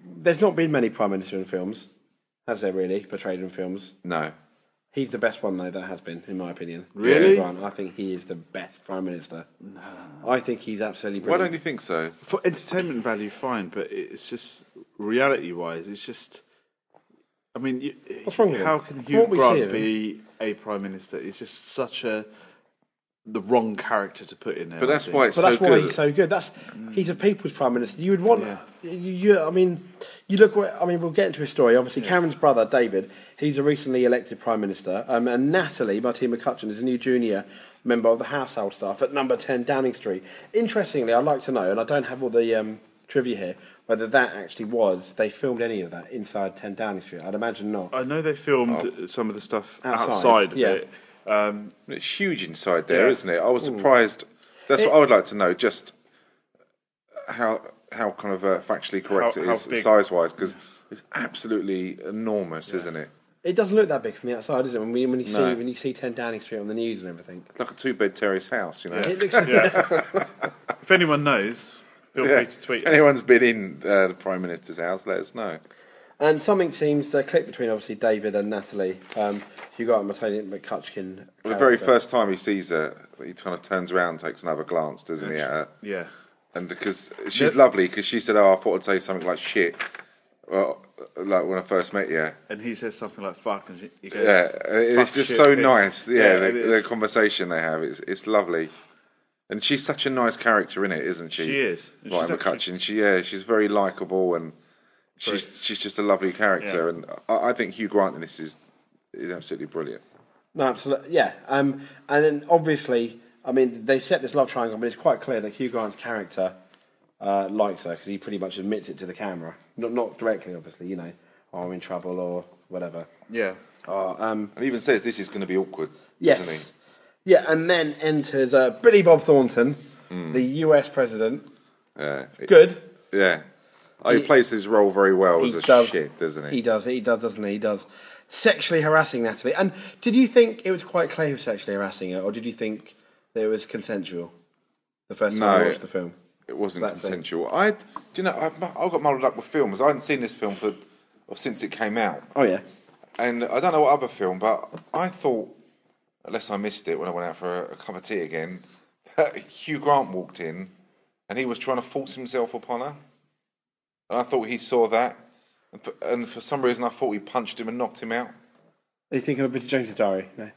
there's not been many Prime Minister in films, has there really, portrayed in films? No. He's the best one, though, that has been, in my opinion. Really? Grant, I think he is the best Prime Minister. I think he's absolutely Why brilliant. don't you think so? for entertainment value, fine, but it's just reality-wise, it's just. I mean, you, What's wrong with how him? can From Hugh what we see Grant of him- be a prime minister? It's just such a the wrong character to put in there. But I that's think. why it's But that's why he's so good. That's he's a people's prime minister. You would want. You, you, I mean, you look. where- I mean, we'll get into his story. Obviously, Cameron's brother David. He's a recently elected prime minister, um, and Natalie Martin McCutcheon is a new junior member of the household staff at Number Ten Downing Street. Interestingly, I'd like to know, and I don't have all the um, trivia here, whether that actually was they filmed any of that inside Ten Downing Street. I'd imagine not. Oh. I know they filmed some of the stuff Outside, outside, of yeah. it. Um, it's huge inside there, Yeah. not it? I was Hmm. Mm. surprised. That's It- what I would like to know. Just how how kind of uh, factually correct How- it how is big? size wise because it's absolutely enormous, isn't it? It doesn't look that big from the outside, does it? When, we, when you No. see when you see Ten Downing Street on the news and everything. Like a two bed terrace house, you know. Yeah. It looks- if anyone knows, feel free to tweet If us. anyone's been in uh, the prime minister's house, let us know. And something seems to click between obviously David and Natalie. Um, you got Matonian McCutcheon. The very first time he sees her, he kind of turns around, takes another glance, doesn't he? At her? Yeah. And because she's lovely, because she said, "Oh, I thought I'd say something like shit," well, like when I first met you. and he says something like "fuck," and he goes, Yeah, it's "Fuck, just shit, so bitch." nice. Yeah, it the, is. the conversation they have, it's it's lovely. And she's such a nice character in it, isn't she? She is. And Like she's McCutcheon, she yeah, she's very likable and she's she's just a lovely character. And I, I think Hugh Grant in this is is absolutely brilliant. No, absolutely. Yeah. Um, and then obviously, I mean, they set this love triangle, but it's quite clear that Hugh Grant's character uh, likes her because he pretty much admits it to the camera. Not, not directly, obviously, you know, oh, I'm in trouble or whatever. Yeah. Oh, um, and even says this is going to be awkward, Yes. doesn't he? Yeah, and then enters uh, Billy Bob Thornton, Mm. the US president. Yeah. Good. Yeah. Oh, he, He- plays his role very well as He a does. shit, doesn't he? He does, he does, doesn't he? He does. Sexually harassing Natalie. And did you think it was quite clear he was sexually harassing her, or did you think that it was consensual the first time I No. watched the film? It wasn't That's it. consensual. I do you know I've, mu- I've got muddled up with films. I hadn't seen this film for or since it came out. Oh yeah. And I don't know what other film, but I thought, unless I missed it when I went out for a, a cup of tea again, Hugh Grant walked in, and he was trying to force himself upon her. And I thought he saw that, and for, and for some reason I thought he punched him and knocked him out. Are you thinking of Peter Jones' diary? No.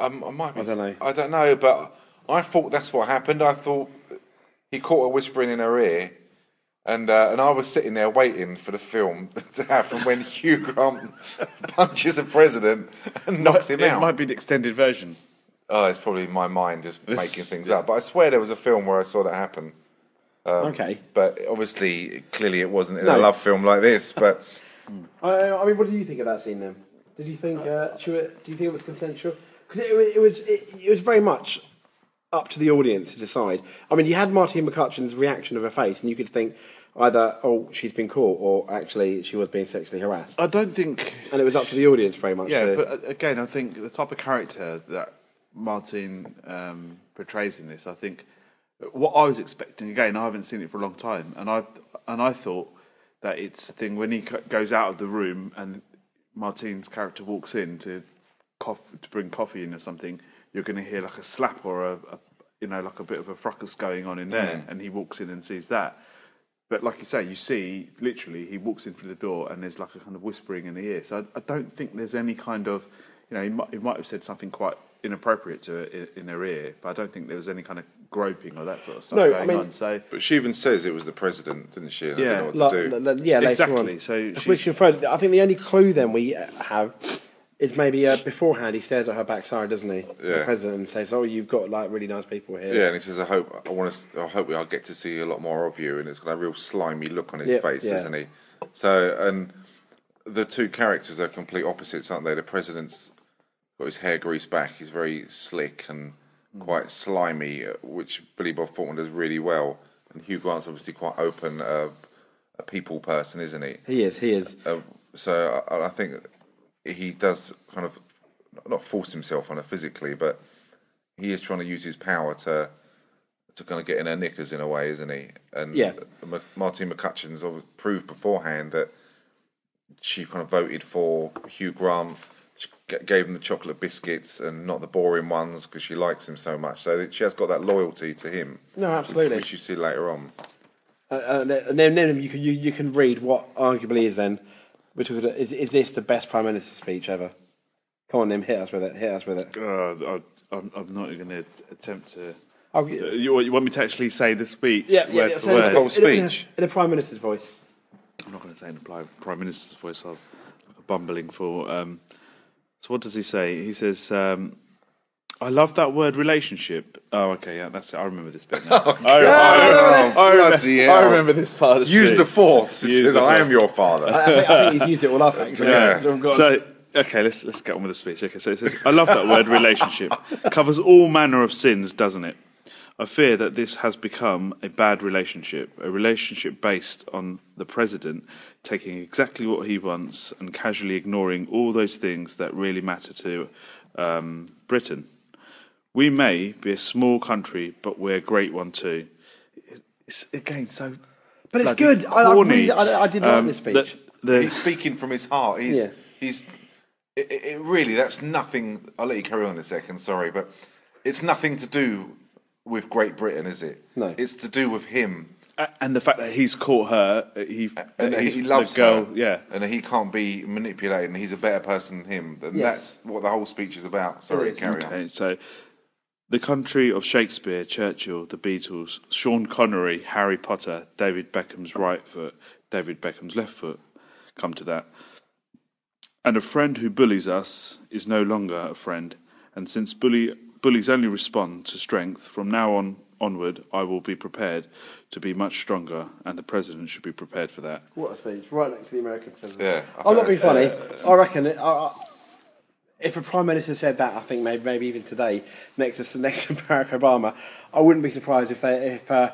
Um, I might. Be, I don't know. I don't know, but I thought that's what happened. I thought he caught her whispering in her ear, and uh, and I was sitting there waiting for the film to happen when Hugh Grant punches a president and knocks him it out. might be the extended version. Oh, it's probably my mind just This- making things up. But I swear there was a film where I saw that happen. Um, Okay. But obviously, clearly, it wasn't in No. a love film like this. But I, I mean, what do you think of that scene then? Did you think? Uh, should it, do you think it was consensual? Because it, it was it, it was very much up to the audience to decide. I mean, you had Martin McCutcheon's reaction of her face, and you could think, either oh she's been caught or actually she was being sexually harassed. I don't think, and it was up to the audience very much. Yeah, to- but uh, again, I think the type of character that Martin um, portrays in this, I think what I was expecting. Again, I haven't seen it for a long time, and I and I thought that it's a thing when he co- goes out of the room and Martin's character walks in to cough, to bring coffee in or something. You're going to hear like a slap or a, a you know like a bit of a fracas going on in there, Mm. and he walks in and sees that. But like you say, you see literally he walks in through the door and there's like a kind of whispering in the ear. So I, I don't think there's any kind of, you know, he might, he might have said something quite inappropriate to her in, in her ear, but I don't think there was any kind of groping or that sort of stuff No, I going mean- on. So But she even says it was the president, didn't she? And I Yeah. don't know Like, what to do. like, yeah, later Exactly, on. so she's- which you find, I think the only clue then we uh, have is maybe uh, beforehand he stares at her backside, doesn't he? Yeah. The president and says, "Oh, you've got like really nice people here." Yeah, and he says, "I hope I want to. I hope we, I'll get to see a lot more of you." And it's got a real slimy look on his Yeah, face, yeah. isn't he? So, and the two characters are complete opposites, aren't they? The president's got his hair greased back; he's very slick and quite slimy, uh, which Billy Bob Thornton does really well. And Hugh Grant's obviously quite open, uh, a people person, isn't he? He is. He is. Uh, so I, I think he does kind of not force himself on her physically, but he is trying to use his power to to kind of get in her knickers in a way, isn't he? And Yeah. M- Martin McCutcheon's obvi- proved beforehand that she kind of voted for Hugh Grant. She g- gave him the chocolate biscuits and not the boring ones because she likes him so much. So that she has got that loyalty to him. No, absolutely. Which you see later on. Uh, uh, and then, then you can you, you can read what arguably is then we're talking. about- Is is this the best prime minister's speech ever? Come on, then hit us with it. Hit us with it. uh, I, I'm, I'm not going to attempt to. I'll get- you, you want me to actually say the speech? word for so word? in a- in a- in a prime minister's voice. I'm not going to say in the Prime Prime Minister's voice. I'm bumbling for. Um, so what does he say? He says, um, "I love that word relationship." Oh, okay, yeah, that's it. I remember this bit. Now. I, I, Oh, I remember, bloody hell. I remember this part. Of the Use speech. the force. He Use says, the I force. am your father. I, I, think, I think he's used it all up actually. Yeah. So I've got- So okay, let's let's get on with the speech. Okay, so it says, "I love that word relationship. Covers all manner of sins, doesn't it? I fear that this has become a bad relationship, a relationship based on the president taking exactly what he wants and casually ignoring all those things that really matter to um, Britain. We may be a small country, but we're a great one too." It's again so. But it's bloody good. I- I corny. really- I- I did like this the- speech. the- he's speaking from his heart. He's Yeah. he's it, it, it really that's nothing. I'll let you carry on in a second. Sorry, but it's nothing to do with Great Britain, is it? No. it's to do with him. A- and the fact that he's caught her, uh, he And uh, that he's he loves the girl. her, Yeah, and that he can't be manipulated, and he's a better person than him. And Yes. that's what the whole speech is about. Sorry, is. carry on. Okay, so the country of Shakespeare, Churchill, the Beatles, Sean Connery, Harry Potter, David Beckham's right foot, David Beckham's left foot. Come to that. And a friend who bullies us is no longer a friend. And since bully, bullies only respond to strength, from now on onward, I will be prepared to be much stronger, and the president should be prepared for that. What a speech! Right next to the American president. Yeah, I I'm not heard, being funny. I reckon it, I, I, if a prime minister said that, I think maybe, maybe even today, next to next to Barack Obama, I wouldn't be surprised if they if uh,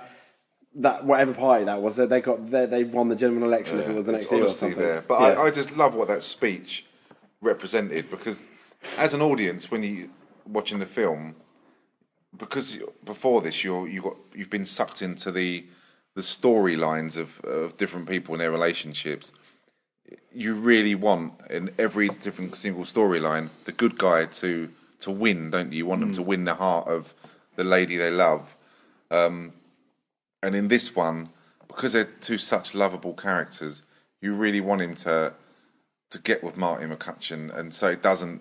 that whatever party that was that they got they, they won the general election if it Yeah, was the next it's year or honesty something. there. But Yeah. I, I just love what that speech represented because, as an audience, when you watching the film, because you- before this you're you got you've been sucked into the the storylines of of different people and their relationships. You really want in every different single storyline the good guy to to win, don't you? You want them to win the heart of the lady they love and in this one, because they're two such lovable characters, you really want him to to get with Martin McCutcheon, and so it doesn't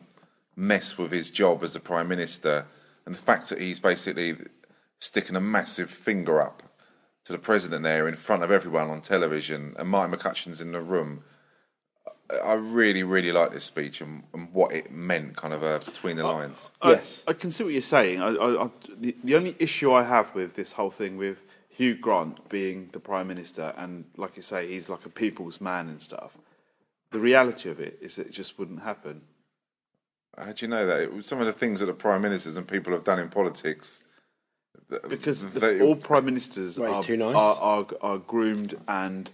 mess with his job as a prime minister. And the fact that he's basically sticking a massive finger up to the president there in front of everyone on television, and Martin McCutcheon's in the room. I- I really, really like this speech and, and what it meant, kind of uh, between the lines. I- Yes. I, can see what you're saying. I, I, I, the, the only issue I have with this whole thing with Hugh Grant being the prime minister, and like you say, he's like a people's man and stuff. The reality of it is that it just wouldn't happen. How do you know that? It was some of the things that the prime ministers and people have done in politics because the, they- all prime ministers Well, it's are, too nice. are, are are groomed and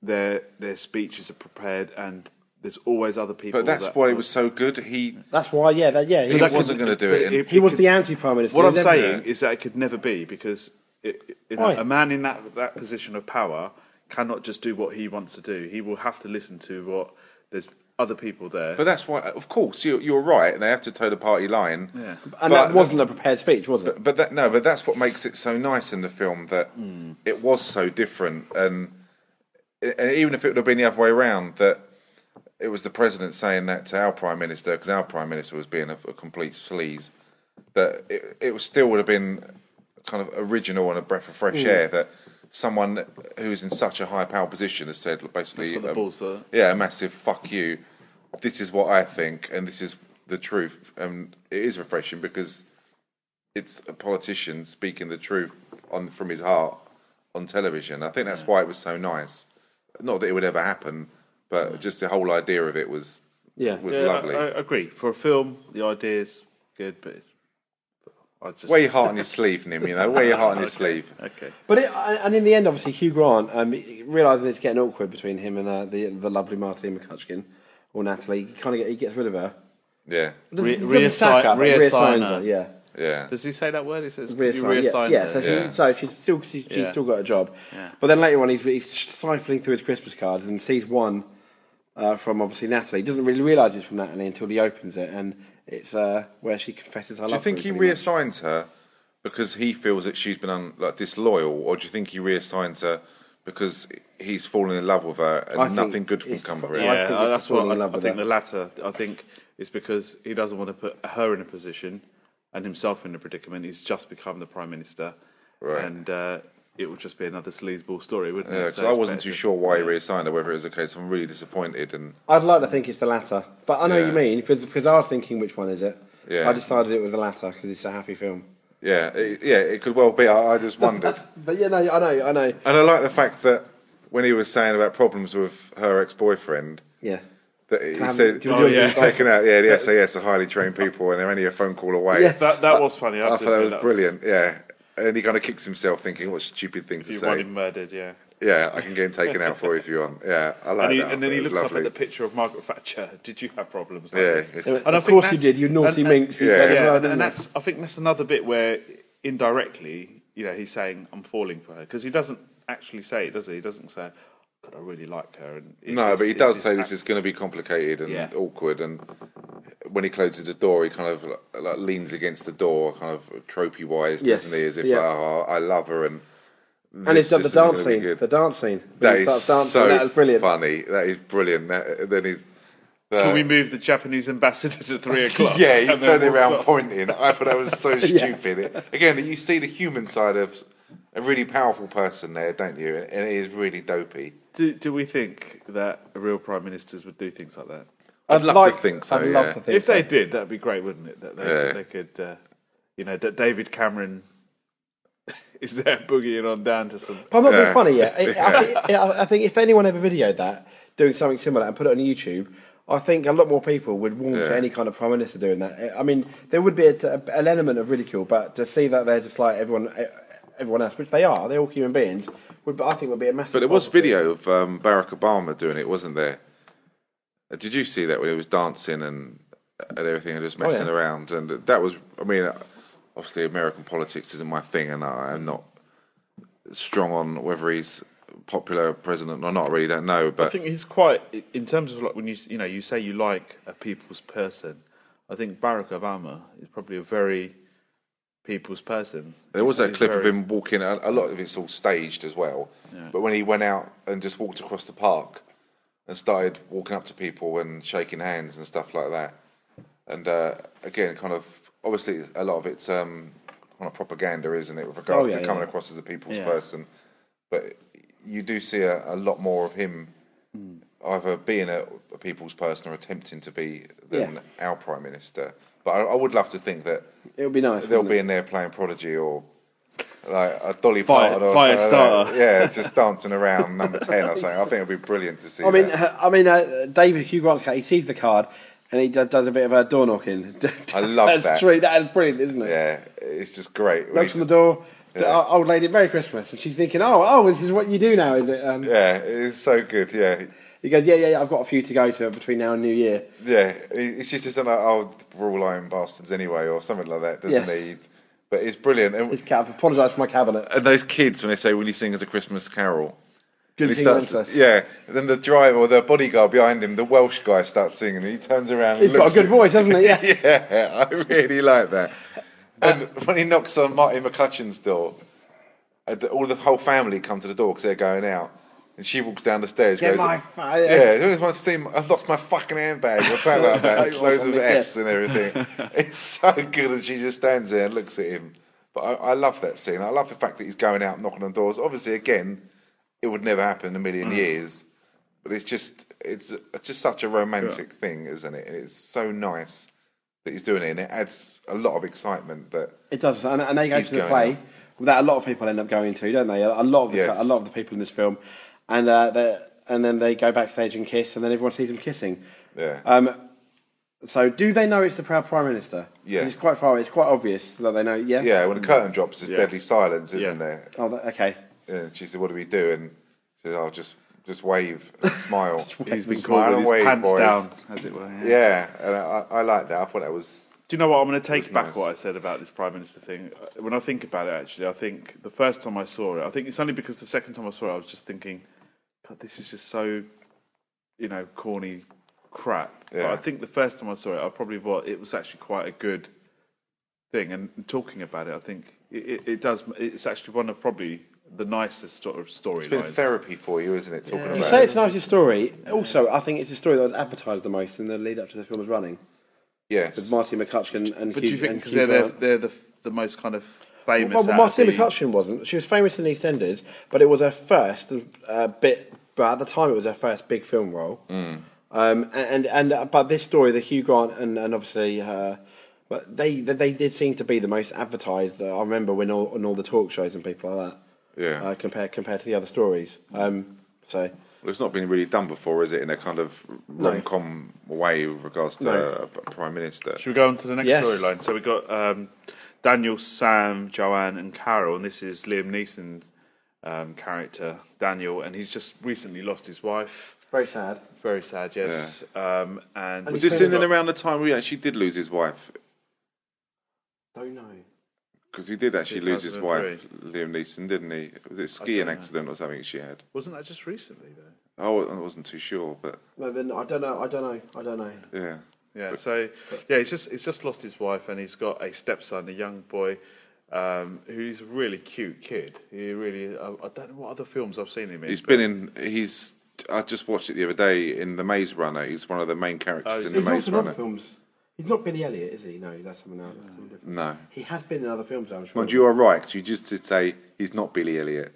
their their speeches are prepared and there's always other people. But that's that why are- he was so good. He That's why, yeah, that, yeah. he that could- wasn't going to do but it. it- And He was the anti-prime minister. What He I'm was saying everything. is that it could never be because it, it- you know, Why? a man in that that position of power cannot just do what he wants to do. He will have to listen to what there's other people there. but that's why, of course, you're, you're right. and They have to toe the party line. Yeah. and But- that wasn't a prepared speech, was it? But that no, but that's what makes it so nice in the film that Hmm. it was so different, and, and even if it would have been the other way around, that it was the president saying that to our prime minister because our prime minister was being a, a complete sleaze. That it, it was still would have been kind of original and a breath of fresh air that someone who's in such a high power position has said basically, um, That's got the balls to- yeah, a massive fuck you. This is what I think, and this is the truth, and it is refreshing because it's a politician speaking the truth on from his heart on television. I think that's why it was so nice. Not that it would ever happen, but just the whole idea of it was Yeah. was Yeah, lovely. I, I agree. For a film, the idea's good, but it's, I just Wear your heart on your sleeve, Nim. You know, wear your heart on your sleeve. okay. But it, and and in the end, obviously, Hugh Grant, um, realizing it's getting awkward between him and uh, the the lovely Martine McCutcheon or Natalie, he kind of get, he gets rid of her. Yeah, Re- Doesn't- doesn't reassign- sack her, but reassign reassigns her. Yeah. yeah. Does he say that word? He says you Reassign, yeah, reassign yeah, her. so, she, Yeah. so she's still she's, she's Yeah. still got a job, Yeah. but then later on he's, he's siphoning through his Christmas cards and sees one uh, from obviously Natalie. He doesn't really realise it's from Natalie until he opens it, and it's uh, where she confesses her Do you love. think for he him, pretty much. reassigns her because he feels that she's been un, like disloyal, or do you think he reassigns her because he's fallen in love with her and I think nothing good can it's come fu- of it? I Yeah, think it's that's the falling what in I, love I with think. her. The latter, I think, is because he doesn't want to put her in a position and himself in a predicament. He's just become the prime minister, Right. and uh, it would just be another sleazeball story, wouldn't it? Yeah, because So I it's wasn't better too to- sure why he yeah. reassigned her, whether it was a case of I'm really disappointed and I'd like to think it's the latter, but I know Yeah. what you mean because because I was thinking which one is it. Yeah. I decided it was the latter because it's a happy film. yeah, it, yeah, it could well be. I, I just wondered, But yeah, no, I know, I know. and I like the fact that when he was saying about problems with her ex-boyfriend, Yeah, that he Clam- said do you want to do yeah. he's taken out. Yeah, the SAS are highly trained people, and they're only a phone call away. Yes. That, that was funny. I have thought to that was admit, brilliant. Yeah, and then he kind of kicks himself, thinking, "What a stupid thing to You say." want him murdered, yeah. Yeah, I can get him taken out for you if you want. Yeah, I like And, he, that. and then he It was looks up at lovely. the picture of Margaret Thatcher. Did you have problems? Like Yeah. this? And I of think course you that's- did. You naughty and- minx. he Yeah. said as yeah, well, and, didn't and he? that's I think that's another bit where indirectly, you know, he's saying I'm falling for her because he doesn't actually say it, does he? He doesn't say, "God, I really liked her." And it- No, it's- but he it's does his say act- this is going to be complicated and Yeah. awkward. And when he closes the door, he kind of like, like leans against the door, kind of tropey wise, Yes, doesn't he? As if yeah. "Oh, I love her. And and it's this done the just isn't gonna dance be scene. good." The dance scene. When That he is starts dancing, so that was brilliant. funny. That is brilliant. That, then he's uh, Can we move the Japanese ambassador to three o'clock? Yeah, he's And then turning walks around off. pointing. I thought that was so stupid. It- Again, you see the human side of a really powerful person there, don't you? And it is really dopey. Do, do we think that real prime ministers would do things like that? I'd love like- to think so. I'd yeah. love to think if they did, that'd be great, wouldn't it? That they, Yeah. they could, uh, you know, that David Cameron is there boogieing on down to some. But I'm not Yeah. being funny yet. I, I, think, I- I think if anyone ever videoed that, doing something similar and put it on YouTube, I think a lot more people would warm Yeah. to any kind of prime minister doing that. I mean, there would be a, an element of ridicule, but to see that they're just like everyone, e, everyone else, which they are, they're all human beings, would I think would be a massive. But it was positive. video of um, Barack Obama doing it, wasn't there? Uh, Did you see that when he was dancing and and everything and just messing Oh, yeah. around? And that was, I mean, uh, obviously American politics isn't my thing, and I- I'm not strong on whether he's popular president or not. I really don't know, I but think he's quite in terms of like when you you know you say you like a people's person. I think Barack Obama is probably a very people's person. there was He's- that he's clip of very- him walking. A a lot of it's all staged as well. But when he went out and just walked across the park and started walking up to people and shaking hands and stuff like that. and uh, again, kind of obviously a lot of it's um, kind of propaganda, isn't it, with regards Oh, yeah, to coming yeah. across as a people's Yeah. person. But you do see a, a lot more of him either being a, a people's person or attempting to be than our prime minister. But I, I would love to think that It would be nice. they'll wouldn't be in there playing Prodigy or. Like a Dolly Fire- Parton or Fire something like that. starter. yeah, just dancing around number ten or something. I think it'd be brilliant to see. it? I mean, that. uh, I mean, uh, David Hugh Grant's card. He sees the card. and he does, does a bit of a door knocking. I love That's that. true. That is brilliant, isn't it? Yeah, it's just great. When Knocks on he the just- door. d- Yeah. "Oh, Old lady, Merry Christmas, and she's thinking, "Oh, oh, this is what you do now, is it?" Um, Yeah, it's so good. Yeah, He goes, "Yeah, yeah, yeah, I've got a few to go to between now and New Year." yeah. It- It's just it's like, oh, we're all iron bastards anyway, or something like that, doesn't Yes. he? But it's brilliant. And, His cab. Apologise for my cabinet. and those kids when they say, "Will you sing us a Christmas carol?" Good And he thing starts, wants us. yeah. And then the driver or the bodyguard behind him, the Welsh guy, starts singing. And he turns around. He's and got a looks good at- voice, hasn't he? Yeah. yeah, I really like that. And Uh, when he knocks on Martin McCutcheon's door, uh, the- all the whole family come to the door because they're going out. And she walks down the stairs. Get goes, my uh, fi- yeah, "Who wants to see my- I've lost my fucking handbag or something like that. It's loads of Yeah. Fs and everything. It's so good, and she just stands there and looks at him. But I, I love that scene. I love the fact that he's going out knocking on doors. Obviously, again, it would never happen in a million years. But it's just it's just such a romantic thing, isn't it? And it's so nice that he's doing it, and it adds a lot of excitement. That It does, and, and they go He's to the going play out. that a lot of people end up going to, don't they? A a lot of the, Yes. a lot of the people in this film, and uh, they- and then they go backstage and kiss, and then everyone sees them kissing. yeah, Um, so do they know it's the proud prime minister? 'Cause Yeah. it's quite far. It's quite obvious that they know. Yeah, yeah. When the curtain drops, there's Yeah. deadly silence, isn't Yeah. there? Oh, that, okay. And she said, "What do we do?" And she said, "I'll just just wave, and smile." He's been Smile called with and his wave, pants boys. down, as it were. Yeah. Yeah, and I, I like that. I thought that was Do you know what? I'm going to take back nice. what I said about this prime minister thing. Uh, When I think about it, actually, I think the first time I saw it, I think it's only because the second time I saw it, I was just thinking, God, this is just so, you know, corny crap. But Yeah. I think the first time I saw it, I probably thought it was actually quite a good thing. And talking about it, I think it, it, it does. It's actually one of probably the nicest sort of it's been storylines. therapy for you, isn't it? Talking You about say it. it's an nice story. Also, I think it's a story that was advertised the most in the lead up to the film was running with yes, Marty McCutcheon and. But Hugh, do you think and because Hugh they're, they're Grant. they're the the most kind of famous? Well, out of Martina the- McCutcheon wasn't. She was famous in EastEnders, but it was her first uh, bit. But at the time, it was her first big film role. Hmm. Um, and and uh, but this story, the Hugh Grant and, and obviously, uh, but they they- they did seem to be the most advertised. Uh, I remember when all, on all the talk shows and people like that. Yeah. Uh, compared compared to the other stories. Um, so Well, it's not been really done before, is it? In a kind of rom com way with regards to No. a p- prime minister. Should we go on to the next Yes. storyline? So we've got um, Daniel, um, Sam, Joanne, and Carol, and this is Liam Neeson's um, character, Daniel, and he's just recently lost his wife. very sad. Very sad, yes. Um, and Was he's this in and around the time we actually did lose his wife? Don't know. Because he did actually lose his wife, 2003. Liam Neeson, didn't he? Was it a skiing accident or something she had? Wasn't that just recently, though? Oh, I wasn't too sure, but No, then I don't know. I don't know. I don't know. yeah. Yeah. So yeah, he's just he's just lost his wife, and he's got a stepson, a young boy, um, who's a really cute kid. He really. I, I don't know what other films I've seen him in. He's but- been in. He's. I just watched it the other day in The Maze Runner. He's one of the main characters in The He's not Maze in Runner. other films. He's not Billy Elliot, is he? No, that's someone else. Someone different. No. He has been in other films, I'm sure. Mind you, you are right. 'cause you just did say he's not Billy Elliot.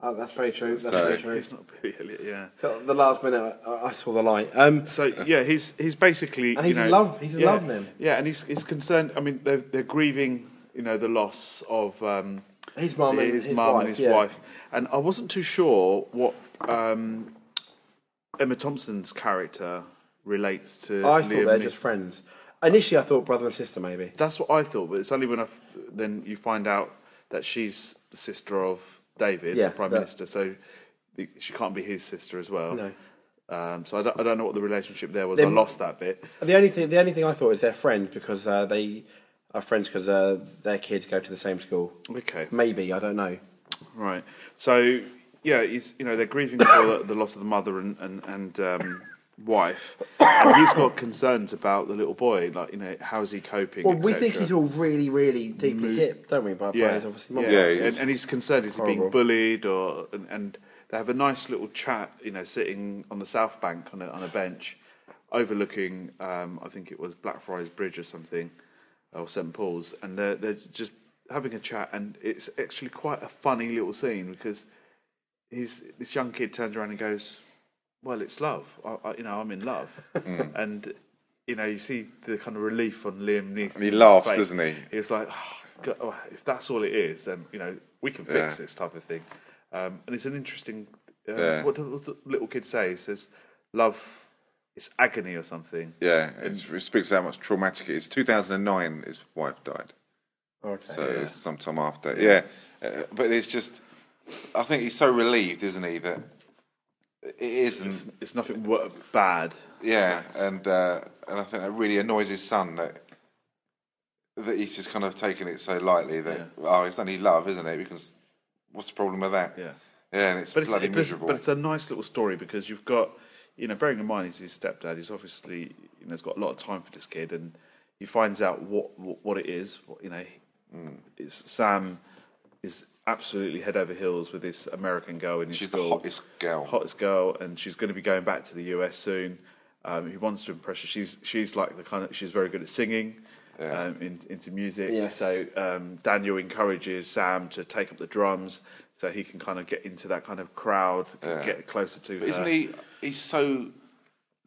Oh, that's very true. That's So- very true. He's not really. Yeah. The last minute, I, I saw the light. Um, So yeah, he's he's basically And you he's in know, love. He's in yeah, love then. Yeah, and he's he's concerned. I mean, they're they're grieving, you know, the loss of um, His mum and his mum wife, and his yeah. wife. And I wasn't too sure what um, Emma Thompson's character relates to. I Liam thought they're Neeson. just friends. Initially, I thought brother and sister, maybe. That's what I thought, but it's only when I f- then you find out that she's the sister of David, Yeah, the prime that- minister. So the- she can't be his sister as well. No. Um, so I don't, I don't know what the relationship there was. I Then- lost that bit. The only thing, the only thing I thought is they're friends because uh, they are friends because uh, their kids go to the same school. Okay. Maybe I don't know. Right. So yeah, he's you know they're grieving for the, the loss of the mother and and, and um, wife, and he's got concerns about the little boy. Like you know, how's he coping? Well, we etc.. think he's all really, really deeply hit, don't we? By, by yeah, his obviously mum. yeah, Yeah, he and, is. and he's concerned is he being Horrible. bullied or and, and they have a nice little chat. You know, sitting on the south bank on a on a bench, overlooking um, I think it was Blackfriars Bridge or something, or St Paul's, and they're they're just having a chat, and it's actually quite a funny little scene because he's this young kid turns around and goes, "Well, it's love. I, I, you know, I'm in love," Hmm. and you know, you see the kind of relief on Liam Neeson. And he laughs, doesn't he? He was like, "Oh, God, oh, "If that's all it is, then you know, we can fix Yeah. this type of thing." Um, and it's an interesting. Uh, Yeah. What does the little kid say? He says, "Love it's agony or something. Yeah, it's, it speaks to how much traumatic it is. 2009, his wife died. Okay. So yeah. it's sometime after. Yeah. Uh, but it's just, I think he's so relieved, isn't he, that it isn't. It's, it's nothing wor- bad. yeah, and uh, and I think that really annoys his son that that he's just kind of taken it so lightly that oh, it's only love, isn't it? Because what's the problem with that? Yeah. yeah, and it's but bloody it- but miserable. But it's a nice little story because you've got, you know, bearing in mind he's his stepdad, he's obviously, you know, has got a lot of time for this kid, and he finds out what what, what it is. What, you know, Hmm. it's Sam is absolutely head over heels with this American girl in his She's the school, hottest girl. hottest girl, and she's going to be going back to the US soon. Um, he wants to impress her. She's she's like the kind of she's very good at singing. Um, in, into music, Yes. so um, Daniel encourages Sam to take up the drums so he can kind of get into that kind of crowd, get closer to. But isn't her. he? He's so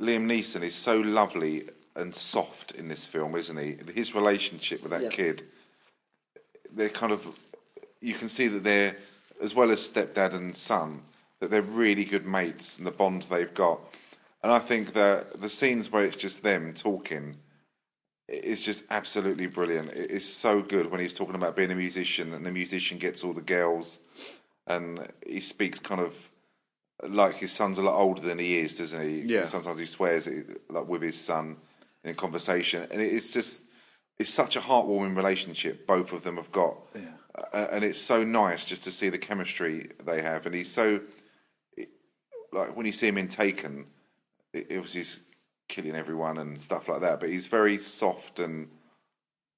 Liam Neeson is so lovely and soft in this film, isn't he? His relationship with that Yeah. kid, they're kind of. You can see that they're, as well as stepdad and son, that they're really good mates and the bond they've got. And I think that the scenes where it's just them talking is just absolutely brilliant. It is so good when he's talking about being a musician and the musician gets all the girls and he speaks kind of like his son's a lot older than he is, doesn't he? Yeah. Sometimes he swears it, like with his son in conversation, and it's just it's such a heartwarming relationship both of them have got, Uh, and it's so nice just to see the chemistry they have. And he's so like when you see him in Taken, it, it was he's killing everyone and stuff like that, but he's very soft and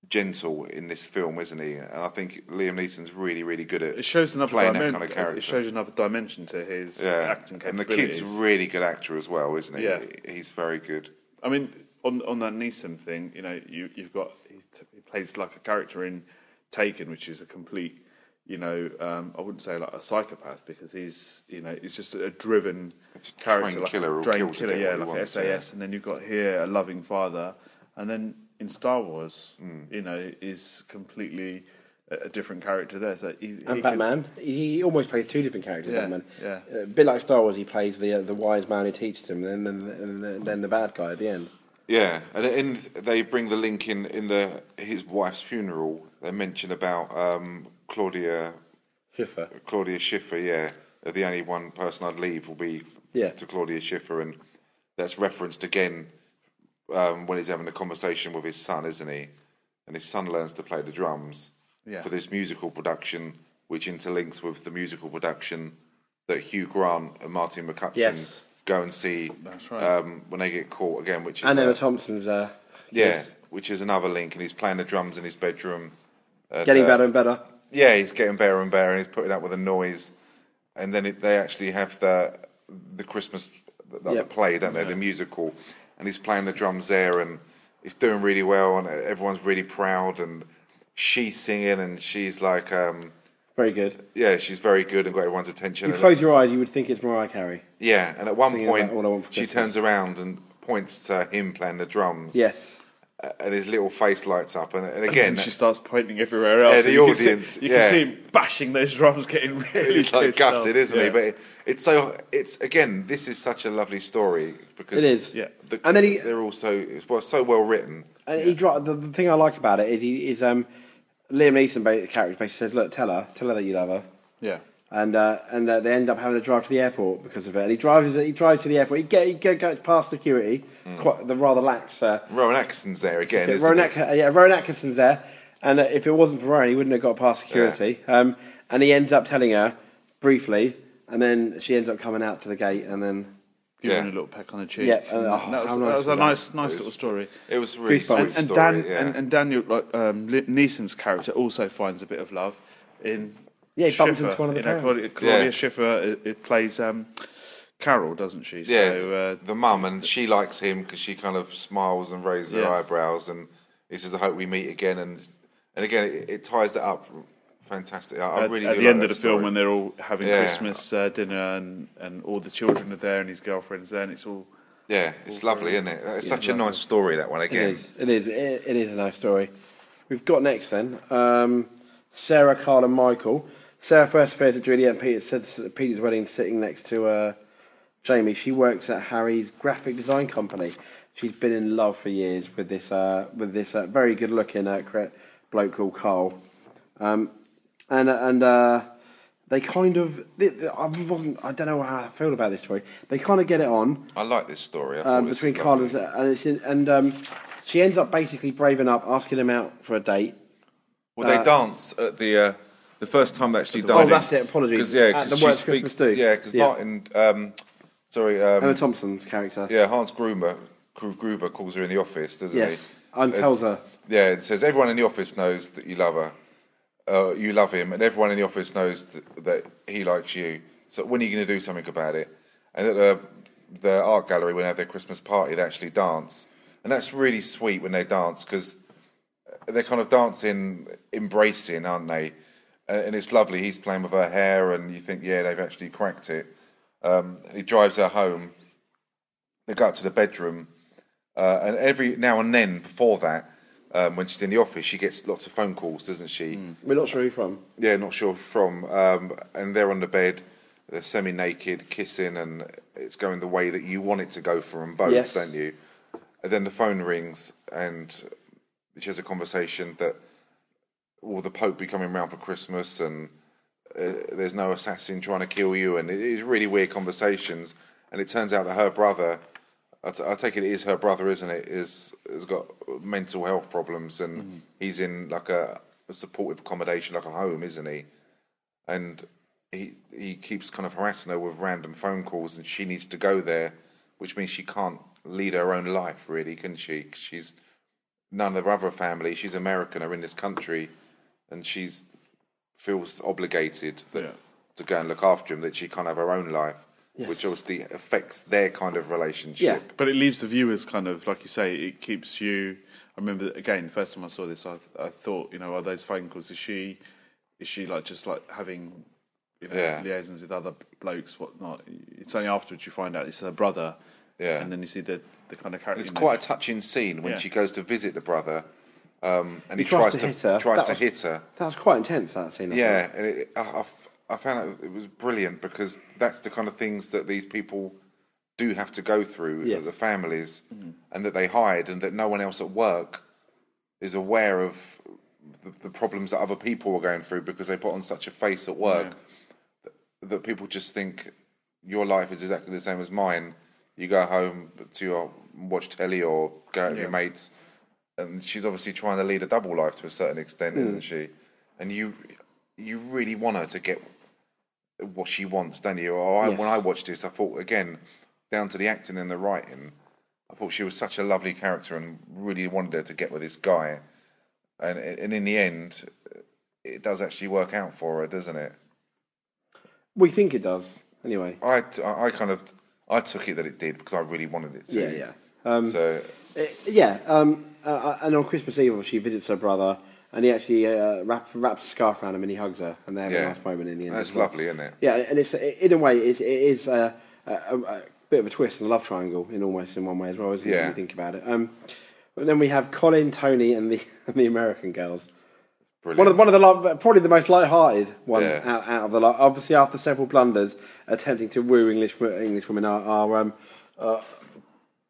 gentle in this film, isn't he? And I think Liam Neeson's really, really good at It shows another playing dimension. that kind of character. It shows another dimension to his Yeah, acting and the capabilities. kid's a really good actor as well, isn't he? Yeah. he's very good. I mean, on on that Neeson thing, you know, you you've got he, t- he plays like a character in Taken, which is a complete, you know, um, I wouldn't say like a psychopath because he's you know he's just a driven It's a character, trained like killer who'll a trained kill to killer, get yeah, what he like wants, a yeah. SAS, and then you've got here a loving father, and then in Star Wars, Hmm. you know, is completely a, a different character there. So he, he And can- Batman, he almost plays two different characters. Yeah, Batman, yeah. a bit like Star Wars, he plays the uh, the wise man who teaches him, and then and then, then the bad guy at the end. Yeah, and in they bring the link in in the his wife's funeral. They mention about um, Claudia Schiffer. Claudia Schiffer. Yeah, the only one person I'd leave will be Yeah. to Claudia Schiffer, and that's referenced again um, when he's having a conversation with his son, isn't he? And his son learns to play the drums Yeah. for this musical production, which interlinks with the musical production that Hugh Grant and Martin McCutcheon Yes. go and see That's right. um, when they get caught again, which is And Emma uh, Thompson's uh, yeah, which is another link, and he's playing the drums in his bedroom. And, getting uh, better and better. yeah, he's getting better and better, and he's putting up with the noise. And then it, they actually have the the Christmas the, Yeah. the play, don't they? The musical, and he's playing the drums there, and he's doing really well, and everyone's really proud. And she's singing, and she's like, um, Very good. yeah, she's very good and got everyone's attention. You And- close your eyes, you would think it's Mariah Carey. yeah, and at one Singing point, about All I Want for she Christmas. turns around and points to him playing the drums. Yes. and his little face lights up, and, and again, she starts pointing everywhere else. Yeah, and the you can audience, see- you yeah. can see him bashing those drums, getting really he's like pissed off. gutted, isn't he? Yeah. But it, it's so it's again, this is such a lovely story because It is. Yeah. the, And then he- they're also it's well, so well written. And he dro- the, the thing I like about it is, he, is um, Liam Neeson, ba- the character, basically says, "Look, tell her, tell her that you love her." Yeah. And uh, and uh, they end up having to drive to the airport because of it. And he drives he drives to the airport. He get he go, goes past security, quite the rather lax. Uh, Hmm. Rowan Atkinson's there again, isn't Rowan, he? Atk- uh, yeah, Rowan Atkinson's there, and uh, if it wasn't for Rowan, he wouldn't have got past security. Um, and he ends up telling her briefly, and then she ends up coming out to the gate, and then Give Yeah. Mm. him a little peck on the cheek. Yeah, and, And oh, that was, how nice that was was a that? nice, nice little story. It was a really Goosebumps. sweet and, and story. Dan yeah. and, and Daniel, like um, Li- Neeson's character, also finds a bit of love in. Yeah, he bumps Schiffer. into one of the You know, parents. Claudia, Claudia Yeah. Schiffer it, it plays um, Carol, doesn't she? yeah, So, uh, the mum and she likes him because she kind of smiles and raises her Yeah. eyebrows, and he says, "I hope we meet again." And and again, it, it ties that up fantastic. I, I at, really at do the like end of the that story. film, when they're all having Yeah. Christmas uh, dinner and, and all the children are there and his girlfriend's there, and it's all. yeah, it's lovely, isn't it? It's such a nice story that one It again. is. It is. It, it is a nice story. We've got next then um, Sarah, Carl, and Michael. Sarah first appears at Juliet and Peter's, Peter's wedding, sitting next to uh, Jamie. She works at Harry's graphic design company. She's been in love for years with this uh, with this uh, very good looking uh, cre- bloke called Carl, um, and and uh, they kind of th- th- I wasn't I don't know how I feel about this story. They kind of get it on I like this story. I thought um, this between was Carl lovely. and, and, it's in, and um, she ends up basically braving up, asking him out for a date. Well, they Uh, dance at the uh, the first time they actually Oh, dance. that's it, apologies. Cause, yeah, At because the she Worst speaks. Christmas Do. Yeah, because Yeah. Martin. Um, sorry. Um, Emma Thompson's character. Yeah, Hans Gruber. Gru- Gruber calls her in the office, doesn't he? Uh, Yes, and tells her. Yeah, it says everyone in the office knows that you love her. Uh, you love him, and everyone in the office knows th- that he likes you. So when are you going to do something about it? And at the, the art gallery, when they have their Christmas party, they actually dance, and that's really sweet when they dance because they're kind of dancing, embracing, aren't they? And, and it's lovely. He's playing with her hair, and you think, yeah, they've actually cracked it. Um, he drives her home. They go up to the bedroom, uh, and every now and then before that, um, when she's in the office, she gets lots of phone calls, doesn't she? We're not sure who from. Yeah, not sure from. Um, and they're on the bed, they're semi naked, kissing, and it's going the way that you want it to go for them both, Yes. don't you? And then the phone rings, and she has a conversation that will the Pope be coming round for Christmas, and uh, there's no assassin trying to kill you, and it is really weird conversations. And it turns out that her brother, I, t- I take it it is her brother, isn't it? Is has got mental health problems, and he's in like a, a supportive accommodation, like a home, isn't he? And he he keeps kind of harassing her with random phone calls, and she needs to go there, which means she can't lead her own life, really, can she? 'Cause She's none of her other family. She's American, are in this country, and she's feels obligated that, to go and look after him. That she can't have her own life, which obviously affects their kind of relationship. But it leaves the viewers kind of, like you say, it keeps you. I remember again the first time I saw this, I, I thought, you know, are those phone calls? Is she, is she like just like having, you know, Yeah. liaisons with other blokes, whatnot? It's only afterwards you find out it's her brother. Yeah. And then you see the the kind of And character. it's in there. quite a touching scene when Yeah. she goes to visit the brother, um, and He he, tries tries, to to, hit her. tries That to was- hit her. That was quite intense. That scene. I Yeah, and it, I, I f- I found out it was brilliant because that's the kind of things that these people do have to go through, Yes. the families, and that they hide, and that no one else at work is aware of the, the problems that other people are going through because they put on such a face at work that, that people just think your life is exactly the same as mine. You go home to your watch telly or go out with your mates, and she's obviously trying to lead a double life to a certain extent, isn't she? And you, you really want her to get what she wants, don't you? Or Oh, I, Yes. when I watched this, I thought again, down to the acting and the writing, I thought she was such a lovely character and really wanted her to get with this guy, and and in the end, it does actually work out for her, doesn't it? We think it does. Anyway. I, t- I I kind of I took it that it did because I really wanted it to. Yeah, yeah. Um, so Uh, yeah. Um, uh, uh, and on Christmas Eve, she visits her brother, and he actually uh, wrap, wraps a scarf around him and he hugs her, and they have a yeah, nice moment in the end. That's as well. lovely, isn't it? Yeah, and it's in a way, it's, it is a, a, a, a bit of a twist and a love triangle in almost in one way as well, isn't it? When Yeah. you think about it. Um, but then we have Colin, Tony, and the and the American girls. Brilliant. One of, the- one of the lo- probably the most light-hearted one Yeah. out, out of the lot. Obviously, after several blunders attempting to woo English English women, our, our um, uh,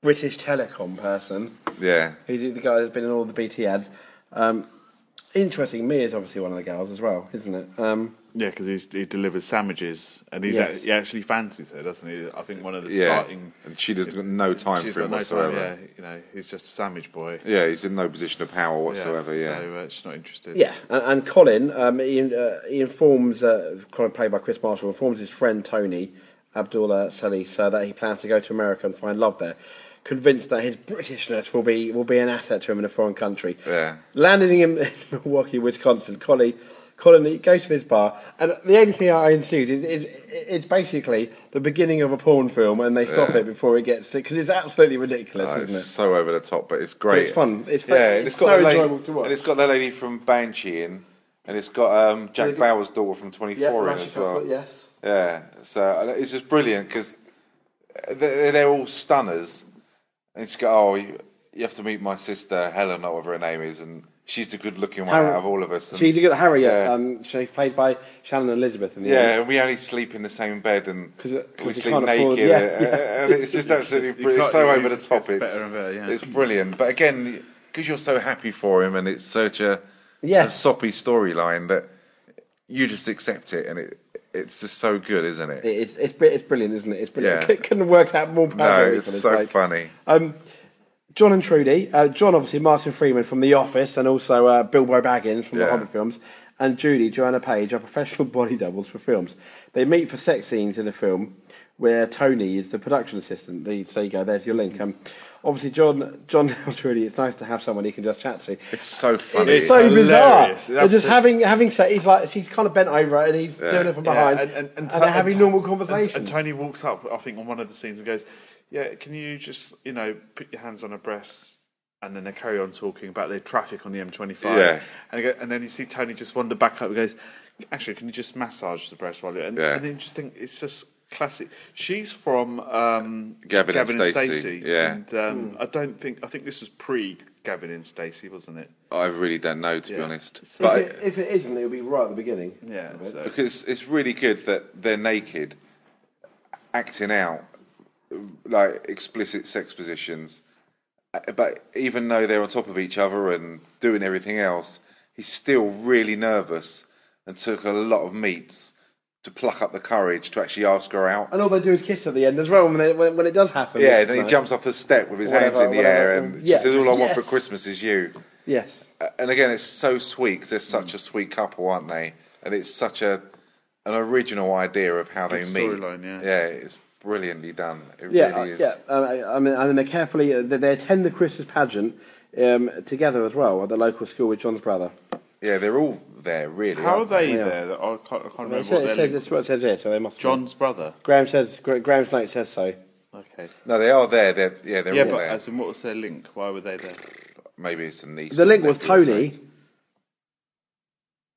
British telecom person, yeah, who's the guy that's been in all the BT ads. Um, interesting, me is obviously one of the girls as well, isn't it? Um, Yeah, because he delivers sandwiches, and he's Yes. act- he actually fancies her, doesn't he? I think one of the yeah. starting. And she does got no time She's for him got no time, whatsoever. yeah, you know, he's just a sandwich boy. yeah. he's in no position of power whatsoever. Yeah, So uh, she's not interested. Yeah, and, and Colin, um, he, uh, he informs uh, Colin, played by Chris Marshall, informs his friend Tony Abdullah Salis uh, that he plans to go to America and find love there, convinced that his Britishness will be will be an asset to him in a foreign country. Yeah. landing him in Milwaukee, Wisconsin. Colin, Colin he goes to this bar, and the only thing I ensued is, is it's basically the beginning of a porn film, and they stop Yeah. it before it gets because it's absolutely ridiculous, Oh, isn't it's it? so over the top, but it's great. it's fun. It's fun. yeah, and It's it's got so the lady, enjoyable to watch. And it's got that lady from Banshee in, and it's got um, Jack Lady- Bauer's daughter from Twenty Yeah, Four in Rashid as well. Kafka, yes. Yeah, so uh, it's just brilliant because they're, they're all stunners. And it's got oh, you, you have to meet my sister Helen, or whatever her name is, and she's the good looking one Harry- out of all of us. and- She's a good Harry, yeah. Um, she's played by Shannon Elizabeth. In the Yeah, and we only sleep in the same bed and 'Cause it- 'cause we we sleep can't naked. afford- yeah, and, yeah. and it's just You absolutely just- you brilliant. It's so can't- it over the just top. gets It's, better and better, yeah. it's brilliant. But again, because you're so happy for him and it's such a, a Yes. soppy storyline that you just accept it and it it's just so good, isn't it? It's it's br- it's brilliant, isn't it? It's brilliant. Yeah. It couldn't have worked out more No, perfectly. for it's this so bloke. funny. Um, John and Trudy. Uh, John, obviously, Martin Freeman from The Office, and also uh, Bilbo Baggins from Yeah. the Hobbit films, and Judy Joanna Page are professional body doubles for films. They meet for sex scenes in a film where Tony is the production assistant. They, so you go. There's your link. Um, obviously, John John tells Trudy it's nice to have someone he can just chat to. It's so funny. It's so bizarre. It's They're just absolute- having having sex. He's like she's kind of bent over and he's Yeah. doing it from Yeah, behind, and, and, and, they're having and- normal and- conversations. And, Tony walks up, I think, on one of the scenes and goes, "Yeah, can you just, you know, put your hands on her breasts?" And then they carry on talking about the traffic on the M25. Yeah. And, they go, and then you see Tony just wander back up and goes, "Actually, can you just massage the breast while you're?" And, Yeah. and then you just think it's just classic. She's from um, Gavin and Stacey, yeah. And um, I don't think I think this was pre Gavin and Stacey, wasn't it? I really don't know to be Yeah. honest. If But if, it, if it isn't, it'll be right at the beginning. Yeah. Of it. So. because it's really good that they're naked, acting out like explicit sex positions, uh, but even though they're on top of each other and doing everything else, he's still really nervous and took a lot of meats to pluck up the courage to actually ask her out. And all they do is kiss at the end as well when it, when, when it does happen. Yeah, It's then he like- jumps off the step with his hands Whatever, in the whatever, air, um, and yeah. she says, "All I want for Yes. Christmas is you." Yes. Uh, and again, it's so sweet 'cause they're such a sweet couple, aren't they? And it's such a an original idea of how they Good meet. storyline, yeah. it's brilliantly done. It Yeah, really uh, is. yeah. Um, I, I mean, and they carefully uh, they, they attend the Christmas pageant um, together as well at the local school with John's brother. Yeah, they're all there, really. How are aren't they Yeah. there? I can't, I can't It remember says, what it their says link- it's what it says here, so they must. be. John's brother. Graham's says Gra- Graham's note says so. Okay. No, they are there. They're, yeah, they're Yeah, all but there. as in what was their link? Why were they there? Maybe it's a niece. The or link was nephew or Tony. something.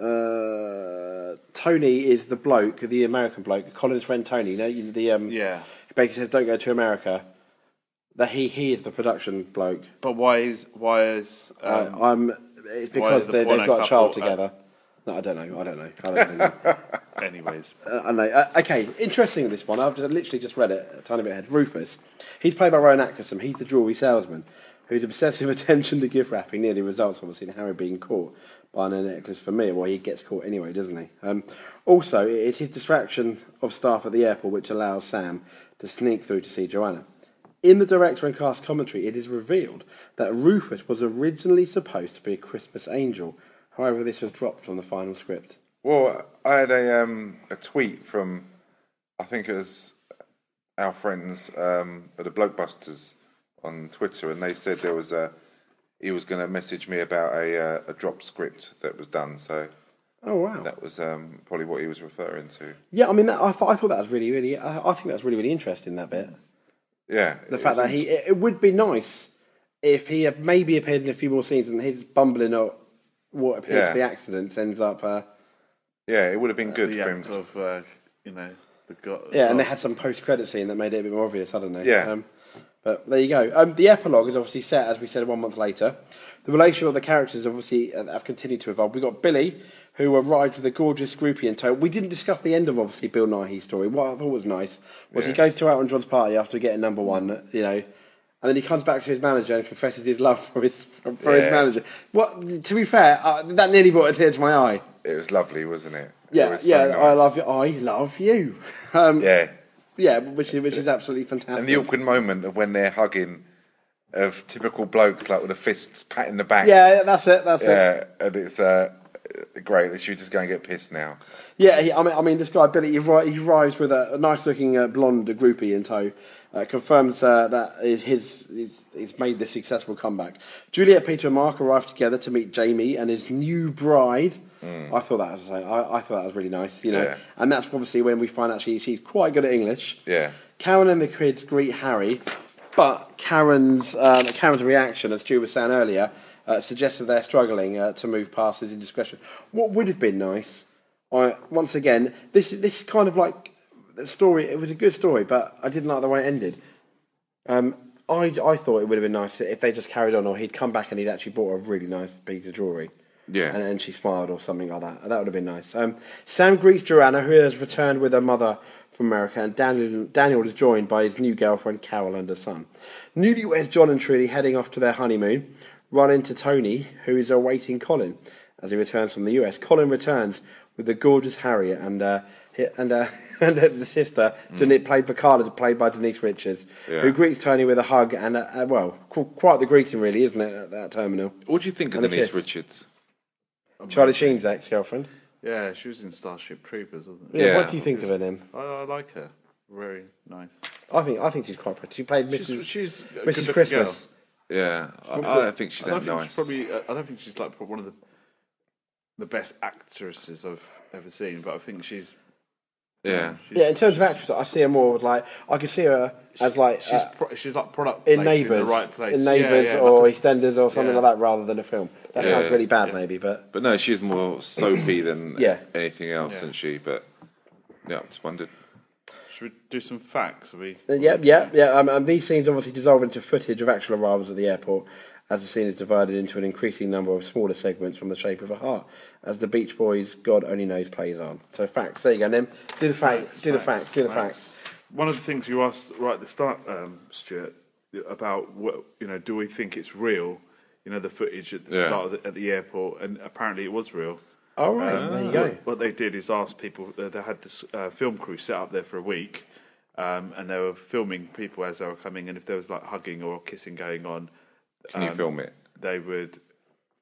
Uh, Tony is the bloke, the American bloke, Colin's friend Tony. You know, you- the um, Yeah. basically says don't go to America. That he he is the production bloke. But why is why is um, I, I'm. It's why is because the they, porno they've got a child couple, uh, together. no, I don't know. I don't know. I don't know. anyways? Uh, I know. Uh, okay, interesting this one. I've just, literally just read it a tiny bit ahead. Rufus, he's played by Rowan Atkinson. He's the jewellery salesman whose obsessive attention to gift wrapping nearly results, obviously, in Harry being caught buying a necklace for me. Well, he gets caught anyway, doesn't he? Um, also, it is his distraction of staff at the airport which allows Sam to sneak through to see Joanna. In the director and cast commentary, it is revealed that Rufus was originally supposed to be a Christmas angel. However, this was dropped from the final script. Well, I had a um, a tweet from, I think it was our friends um, at the Blokebusters on Twitter, and they said there was a he was going to message me about a uh, a drop script that was done. So Oh, wow. that was um, probably what he was referring to. Yeah, I mean, that, I, thought, I thought that was really, really. I, I think that's really, really interesting. That bit, Yeah, the fact that he, it, it would be nice if he had maybe appeared in a few more scenes, and his bumbling or what appears Yeah. to be accidents ends up. Uh, yeah, it would have been good. The for him act to- of uh, you know the got yeah, and they had some post-credit scene that made it a bit more obvious. I don't know. Yeah. but there you go. Um, the epilogue is obviously set, as we said, one month later. The relationship of the characters obviously uh, have continued to evolve. We got Billy, who arrived with a gorgeous groupie in tow. We didn't discuss the end of obviously Bill Nighy's story. What I thought was nice was he Yes. goes to Elton John's party after getting number one, you know, and then he comes back to his manager and confesses his love for his for Yeah. his manager. What? To be fair, uh, that nearly brought a tear to my eye. It was lovely, wasn't it? It Yeah, was so yeah, I nice. love you. I love you. Um, Yeah, yeah, which is, which is absolutely fantastic. and the awkward moment of when they're hugging, of typical blokes like with the fists patting the back. yeah, that's it. That's it. Yeah, and it's uh, great. Should we just go and get pissed now? Yeah, he, I mean, I mean, this guy Billy, he, ri- he arrives with a, a nice-looking uh, blonde groupie in tow. Uh, confirms uh, that his, his, his he's made this successful comeback. Juliet, Peter, and Mark arrive together to meet Jamie and his new bride. I thought that was I, I thought that was really nice, you know. Yeah. And that's obviously when we find out she, she's quite good at English. Yeah. Karen and the kids greet Harry, but Karen's um, Karen's reaction, as Stu was saying earlier, uh, suggested they're struggling uh, to move past his indiscretion. What would have been nice, I, once again, this this is kind of like the story. It was a good story, but I didn't like the way it ended. Um, I, I thought it would have been nice if they just carried on, or he'd come back and he'd actually bought a really nice piece of jewelry. Yeah. and, and she smiled or something like that. That would have been nice. Um, Sam greets Joanna, who has returned with her mother from America, and Daniel, Daniel is joined by his new girlfriend Carol and her son. Newlyweds John and Trudy heading off to their honeymoon run into Tony, who is awaiting Colin as he returns from the US. Colin returns with the gorgeous Harriet and uh, hi- and uh, and the sister, Deni- played by Carla, played by Denise Richards, Yeah. who greets Tony with a hug and uh, uh, well, qu- quite the greeting, really, isn't it? At that terminal, What do you think of And a Denise kiss. Richards? Charlie Sheen's ex-girlfriend. Yeah, she was in Starship Troopers, wasn't Yeah, she? what do you think of her then? I, I like her. Very nice. I think I think she's quite pretty. She played Mrs. She's, she's a Mrs. good-looking Christmas. girl. Yeah, I, I Probably- don't think she's I don't that think nice. probably, uh, I- I don't think she's like prob- one of the the best actresses I've ever seen, but I think she's yeah, Yeah, in terms of actress, I see her more with like I could see her as like she's uh, pro- she's like product in placed Neighbours, in the right place, in Yeah, Neighbours yeah, or like a s- EastEnders or something yeah. like that, rather than a film. That Yeah. sounds really bad, maybe, but but no, she's more soapy than Yeah. anything else, Yeah. isn't she? But yeah, I just wondered. Should we do some facts? Are we? Uh, Yep, yep, yeah. Um, um, these scenes obviously dissolve into footage of actual arrivals at the airport, as the scene is divided into an increasing number of smaller segments from the shape of a heart, as the Beach Boys' "God Only Knows" plays on. So facts, there you go. And then do the facts, do the facts, do the facts. One of the things you asked right at the start, um, Stuart, about what you know, do we think it's real? You know, the footage at the Yeah. start of the, at the airport, and apparently it was real. Um, All right, there you go. What, what they did is ask people. Uh, they had this uh, film crew set up there for a week, um, and they were filming people as they were coming. And if there was like hugging or kissing going on, um, Can you film it? they would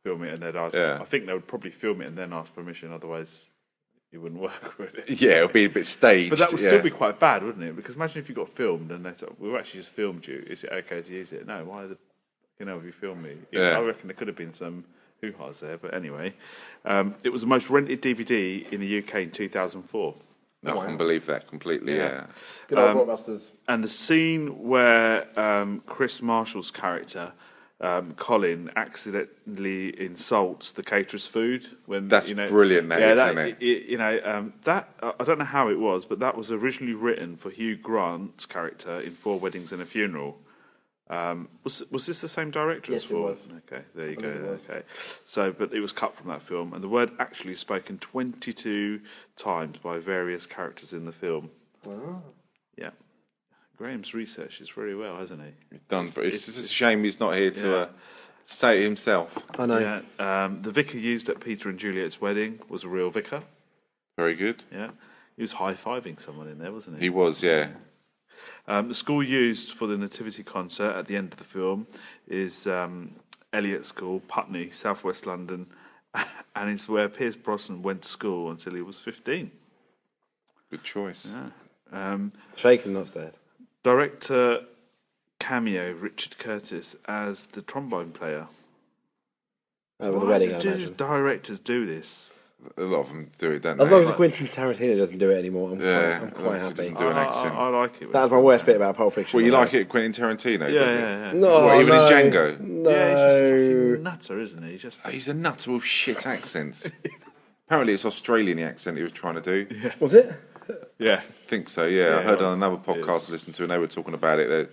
film it and they'd ask. Yeah. I think they would probably film it and then ask permission. Otherwise, it wouldn't work. Would it? Yeah, it'll be a bit staged. But that would yeah. still be quite bad, wouldn't it? Because imagine if you got filmed and they thought, we've actually just filmed you. Is it okay to use it? No, why the, you know, have you filmed me? Yeah. I reckon there could have been some hoo ha's there, but anyway. Um, it was the most rented DVD in the UK in 2004. No, I can believe that completely. Yeah, Yeah. Um, Good old blockbusters. And the scene where um, Chris Marshall's character, um, Colin, accidentally insults the caterer's food when That's you know, brilliant, that yeah, is, that, isn't it? you know um, that I I don't know how it was, but that was originally written for Hugh Grant's character in Four Weddings and a Funeral. Um, was was this the same director Yes, as it Four? was. Okay, there you go. it was. Okay, so but it was cut from that film, and the word actually is spoken twenty two times by various characters in the film. Yeah. Graham's research is very well, hasn't he? done. But it's, just a shame he's not here to uh, say it himself. I know. Yeah. Um, the vicar used at Peter and Juliet's wedding was a real vicar. Very good. Yeah. He was high fiving someone in there, wasn't He he? was, yeah. Um, the school used for the Nativity concert at the end of the film is um, Elliot School, Putney, southwest London, and it's where Pierce Brosnan went to school until he was 15. Good choice. Um, Shaken, not stirred. director cameo Richard Curtis as the trombone player. Over Uh, the Why wedding, I do these imagine. directors do this? A lot of them do it, don't As they? long as Quentin Tarantino doesn't do it anymore, I'm Yeah, quite, I'm as long quite as he happy. doesn't do an I- I- accent. I, like it. That was my worst bit about Pulp Fiction. well, you by the like it, Quentin Tarantino. Yeah, does it? yeah, yeah. way. No, Well, even in no, Django. No. Yeah, he's just a fucking nutter, isn't he? He's Just Oh, he's a nut with shit accents. Apparently, it's Australian accent he was trying to do. Was it? yeah, I think so. Yeah, I Yeah, heard well, on another podcast I listened to, and they were talking about it. They,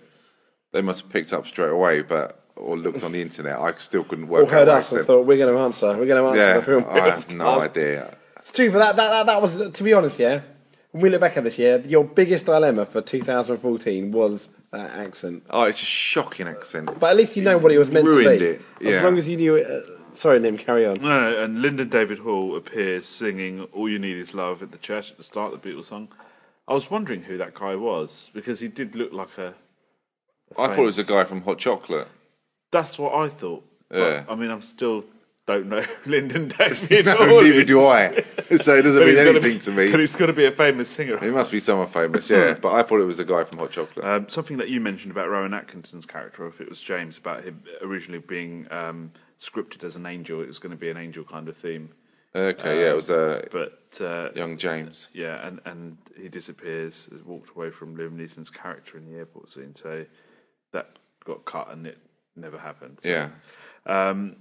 they must have picked up straight away, but or looked on the internet. I still couldn't work Or heard out what us and accent. thought we're going to answer. We're going to answer the film. yeah, I have no idea. Stupid. That, that, that, that was, to be honest, yeah. When we look back at this year, your biggest dilemma for 2014 was that accent. Oh, it's a shocking accent. But at least you know what it was meant Ruined to it, be. yeah. As long as you knew it. Uh, sorry, Nim, carry on. no, no. And Lyndon David Hall appears singing "All You Need Is Love" at the church at the start of the Beatles song. I was wondering who that guy was because he did look like a. I thought it was a guy from Hot Chocolate. That's what I thought. But, Yeah. I mean, I'm still don't know who Lyndon David. No, Hall neither is. do I. So it doesn't But mean he's gotta anything be- to But me. he's got to be a famous singer. It must be someone famous, yeah. But I thought it was a guy from Hot Chocolate. Um, something that you mentioned about Rowan Atkinson's character, or if it was James, about him originally being um, scripted as an angel, it was going to be an angel kind of theme. okay, yeah, it was uh, But uh, young James. yeah, and, and he disappears, has walked away from Liam Neeson's character in the airport scene. So that got cut and it never happened. So, Yeah. Um,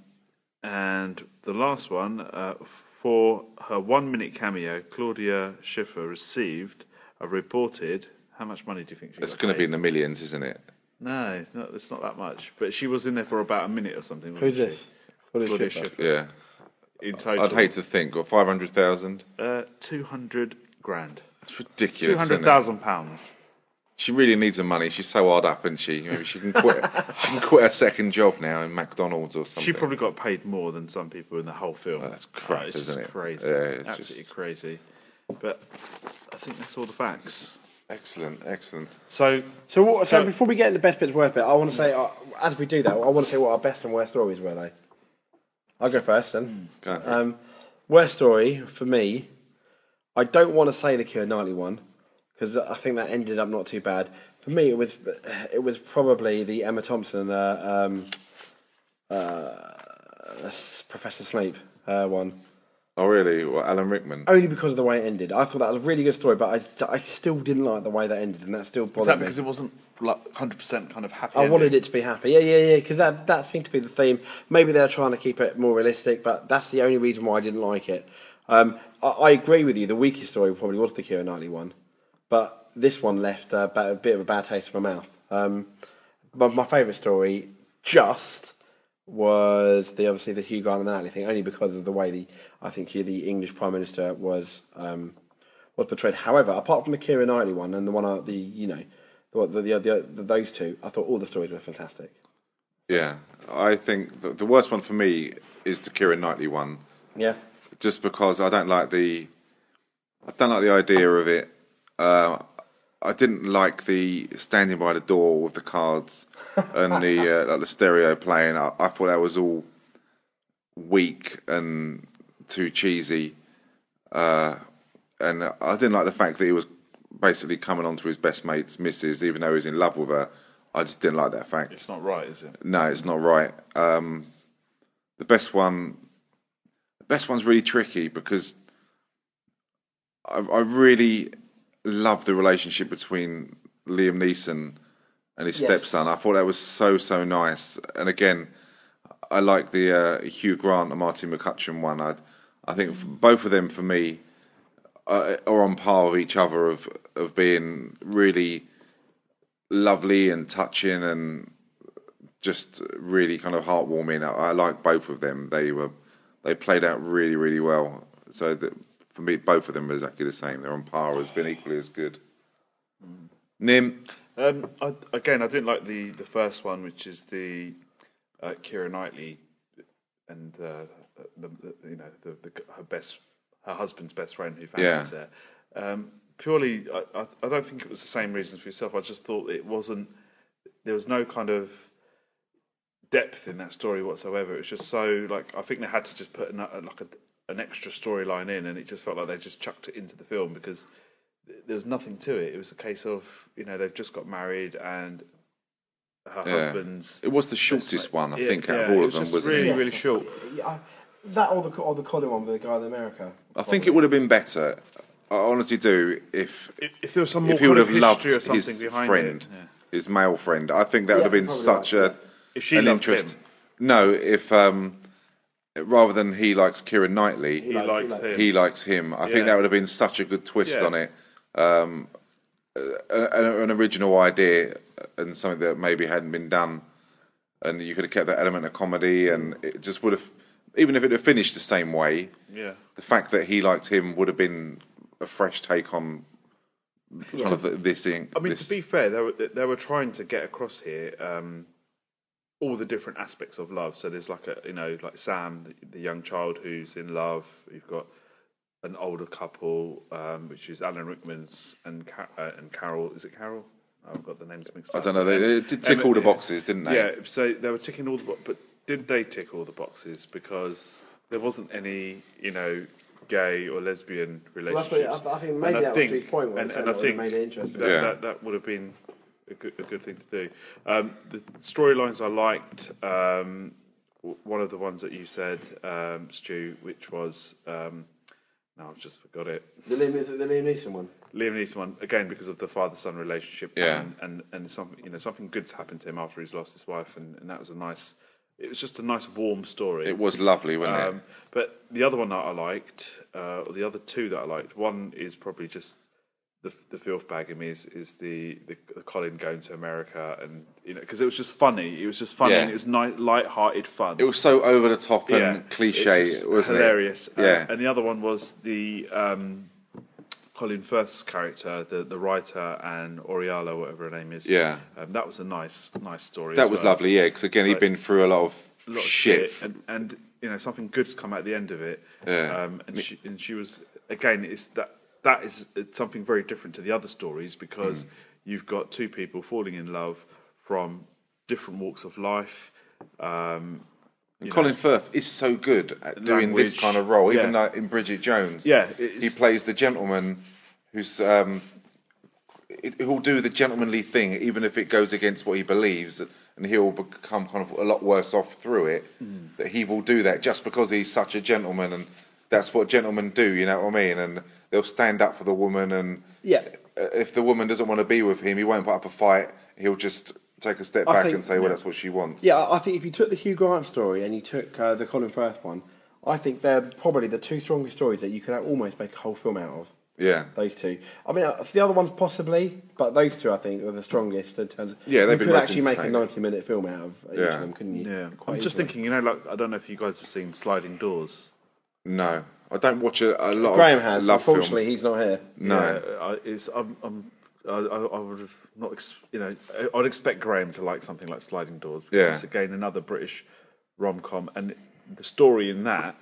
and the last one uh, for her one minute cameo, Claudia Schiffer received a reported. How much money do you think she It's got going to paid? be in the millions, isn't it? No, it's not, it's not that much. But she was in there for about a minute or something. wasn't Who's she? this? What is Claudia Schiffer? Schiffer. Yeah. In total, I'd hate to think. Got 500,000. uh, two hundred grand, That's two ridiculous. isn't it? hundred thousand pounds. She really needs the money. She's so hard up, isn't she? Maybe she can quit. she can quit her second job now in McDonald's or something. She probably got paid more than some people in the whole film. Uh, That's crap, it's isn't just it? Crazy, Yeah, it's absolutely just- crazy. But I think that's all the facts. excellent, excellent. So So, what, so So- before we get into best bits, worst bit, I want to say, uh, as we do that, I want to say what our best and worst stories were, though. I'll go first then. Go on. Um, worst story for me, I don't want to say the Keira Knightley one because I think that ended up not too bad. For me, it was it was probably the Emma Thompson uh, um, uh, s- Professor Snape uh, one, oh really? Well, Alan Rickman. only because of the way it ended. I thought that was a really good story, but I, s- I still didn't like the way that ended, and that still bothered is that me. because it wasn't like hundred percent kind of happy? I wanted ending? it to be happy. Yeah, yeah, yeah. Because that that seemed to be the theme. Maybe they're trying to keep it more realistic, but that's the only reason why I didn't like it. Um, I, I agree with you. The weakest story probably was the Kira Knightley one, but this one left uh, ba- a bit of a bad taste in my mouth. Um, but my favourite story just was the obviously the Hugh Grant and the Knightley thing, only because of the way the I think he, the English Prime Minister was um, was portrayed. However, apart from the Kira Knightley one and the one uh, the you know the, the, the, the, the those two, I thought all the stories were fantastic. Yeah, I think the, the worst one for me is the Kieran Knightley one, Yeah, just because I don't like the, I don't like the idea of it. Uh, I didn't like the standing by the door with the cards and the uh, like the stereo playing. I, I thought that was all weak and too cheesy. Uh, and I didn't like the fact that he was basically coming on to his best mate's missus, even though he's in love with her. I just didn't like that fact. It's not right, is it? No, it's not right. Um, the best one, the best one's really tricky because I, I really love the relationship between Liam Neeson and his Yes. stepson. I thought that was so so nice. And again, I like the uh, Hugh Grant and Martin McCutcheon one. I I think both of them for me are, are on par with each other of of being really lovely and touching and just really kind of heartwarming. I, I like both of them. They were they played out really really well. So that for me, both of them are exactly the same. They're on par. Has been equally as good. Mm. Nim, Um, I, again, I didn't like the, the first one, which is the uh, Kira Knightley and uh, the, the, you know the, the, her best her husband's best friend who fancies Yeah. her. Um, purely, I, I, I don't think it was the same reason for yourself. I just thought it wasn't. There was no kind of depth in that story whatsoever. It was just so like I think they had to just put an, like a, an extra storyline in, and it just felt like they just chucked it into the film because there's nothing to it. It was a case of you know they've just got married and her Yeah. husband's. It was the shortest one, I Yeah, think, out of yeah, all it of was them, just wasn't really, it? really short. yeah. I, that or the or the Colin one with the guy in America. I think it would have been better. I honestly do. If If, if there was some more if he would kind of have loved history or something his behind friend, it, yeah. his male friend, I think that would have Yeah, been probably such right, a yeah. If she an loved interest. him. No, if um, rather than he likes Kieran Knightley, he likes likes- him. he likes him. I Yeah. think that would have been such a good twist Yeah. on it, um, a- a- an original idea and something that maybe hadn't been done, and you could have kept that element of comedy, and it just would have, even if it had finished the same way, yeah. the fact that he liked him would have been a fresh take on kind of th- this thing. I mean, this- to be fair, they were they were trying to get across here um, all the different aspects of love. So there's like a you know like Sam, the, the young child who's in love. You've got an older couple, um, which is Alan Rickman's and Ca- uh, and Carol. Is it Carol? I've got the names mixed I up. don't know. They, they did tick Emma- all the boxes, didn't they? Yeah, so they were ticking all the boxes, but did they tick all the boxes? Because there wasn't any, you know, gay or lesbian that's relationships. what- I- I think maybe And that was his point when he said that would have made it interesting. That, Yeah. that, that would have been a good, a good thing to do. Um, the storylines I liked, um, w- one of the ones that you said, um, Stu, which was, um, now I've just forgot it. The Liam, Neeson- the Liam Neeson one. Liam Neeson one again because of the father son relationship. Yeah. And, and and something you know something good's happened to him after he's lost his wife, and, and that was a nice. It was just a nice warm story. It was lovely, wasn't Um, but the other one that I liked, uh, or the other two that I liked, one is probably just the the filth bag in me is is the, the, the Colin going to America and you know because it was just funny. It was just funny. Yeah. and It was night light-hearted fun. It was so over the top and Yeah. cliche, It's just wasn't hilarious. it? Uh, Yeah. and the other one was the um, Colin Firth's character, the the writer, and Oriala, whatever her name is. Yeah. um, that was a nice nice story. that as was well. lovely, yeah, because again, It's he'd like been through a lot of, a lot of shit. shit, and, and you know something good's come out the end of it. Yeah. Um, and she and she was again. It's that that is it's something very different to the other stories because Hmm. you've got two people falling in love from different walks of life. Um, And you Colin know, Firth is so good at doing this Language, kind of role, even yeah. like in Bridget Jones. Yeah, it's- he plays the gentleman who's um, it- who'll do the gentlemanly thing, even if it goes against what he believes, and he'll become kind of a lot worse off through it. Mm. That he will do that just because he's such a gentleman, and that's what gentlemen do. You know what I mean? And they'll stand up for the woman, and Yeah. uh, if the woman doesn't want to be with him, he won't put up a fight. He'll just take a step I back think- and say, "Well, that's what she wants." Yeah, I- I think if you took the Hugh Grant story and you took uh, the Colin Firth one, I think they're probably the two strongest stories that you could almost make a whole film out of. yeah. Those two. I mean, uh, the other ones possibly, but those two I think are the strongest in terms. Of, Yeah, they'd you be could most actually make a entertaining. ninety-minute film out of each Yeah. of them, couldn't you? yeah, Quite I'm just easily. thinking. You know, like I don't know if you guys have seen Sliding Doors. No, I don't watch a, a lot. Graham of has. Love unfortunately, films. he's not here. No. Yeah, I, it's, I'm, I'm, I, I I would have not, ex- you know, I- I'd expect Graham to like something like Sliding Doors because Yeah. it's again another British rom com, and the story in that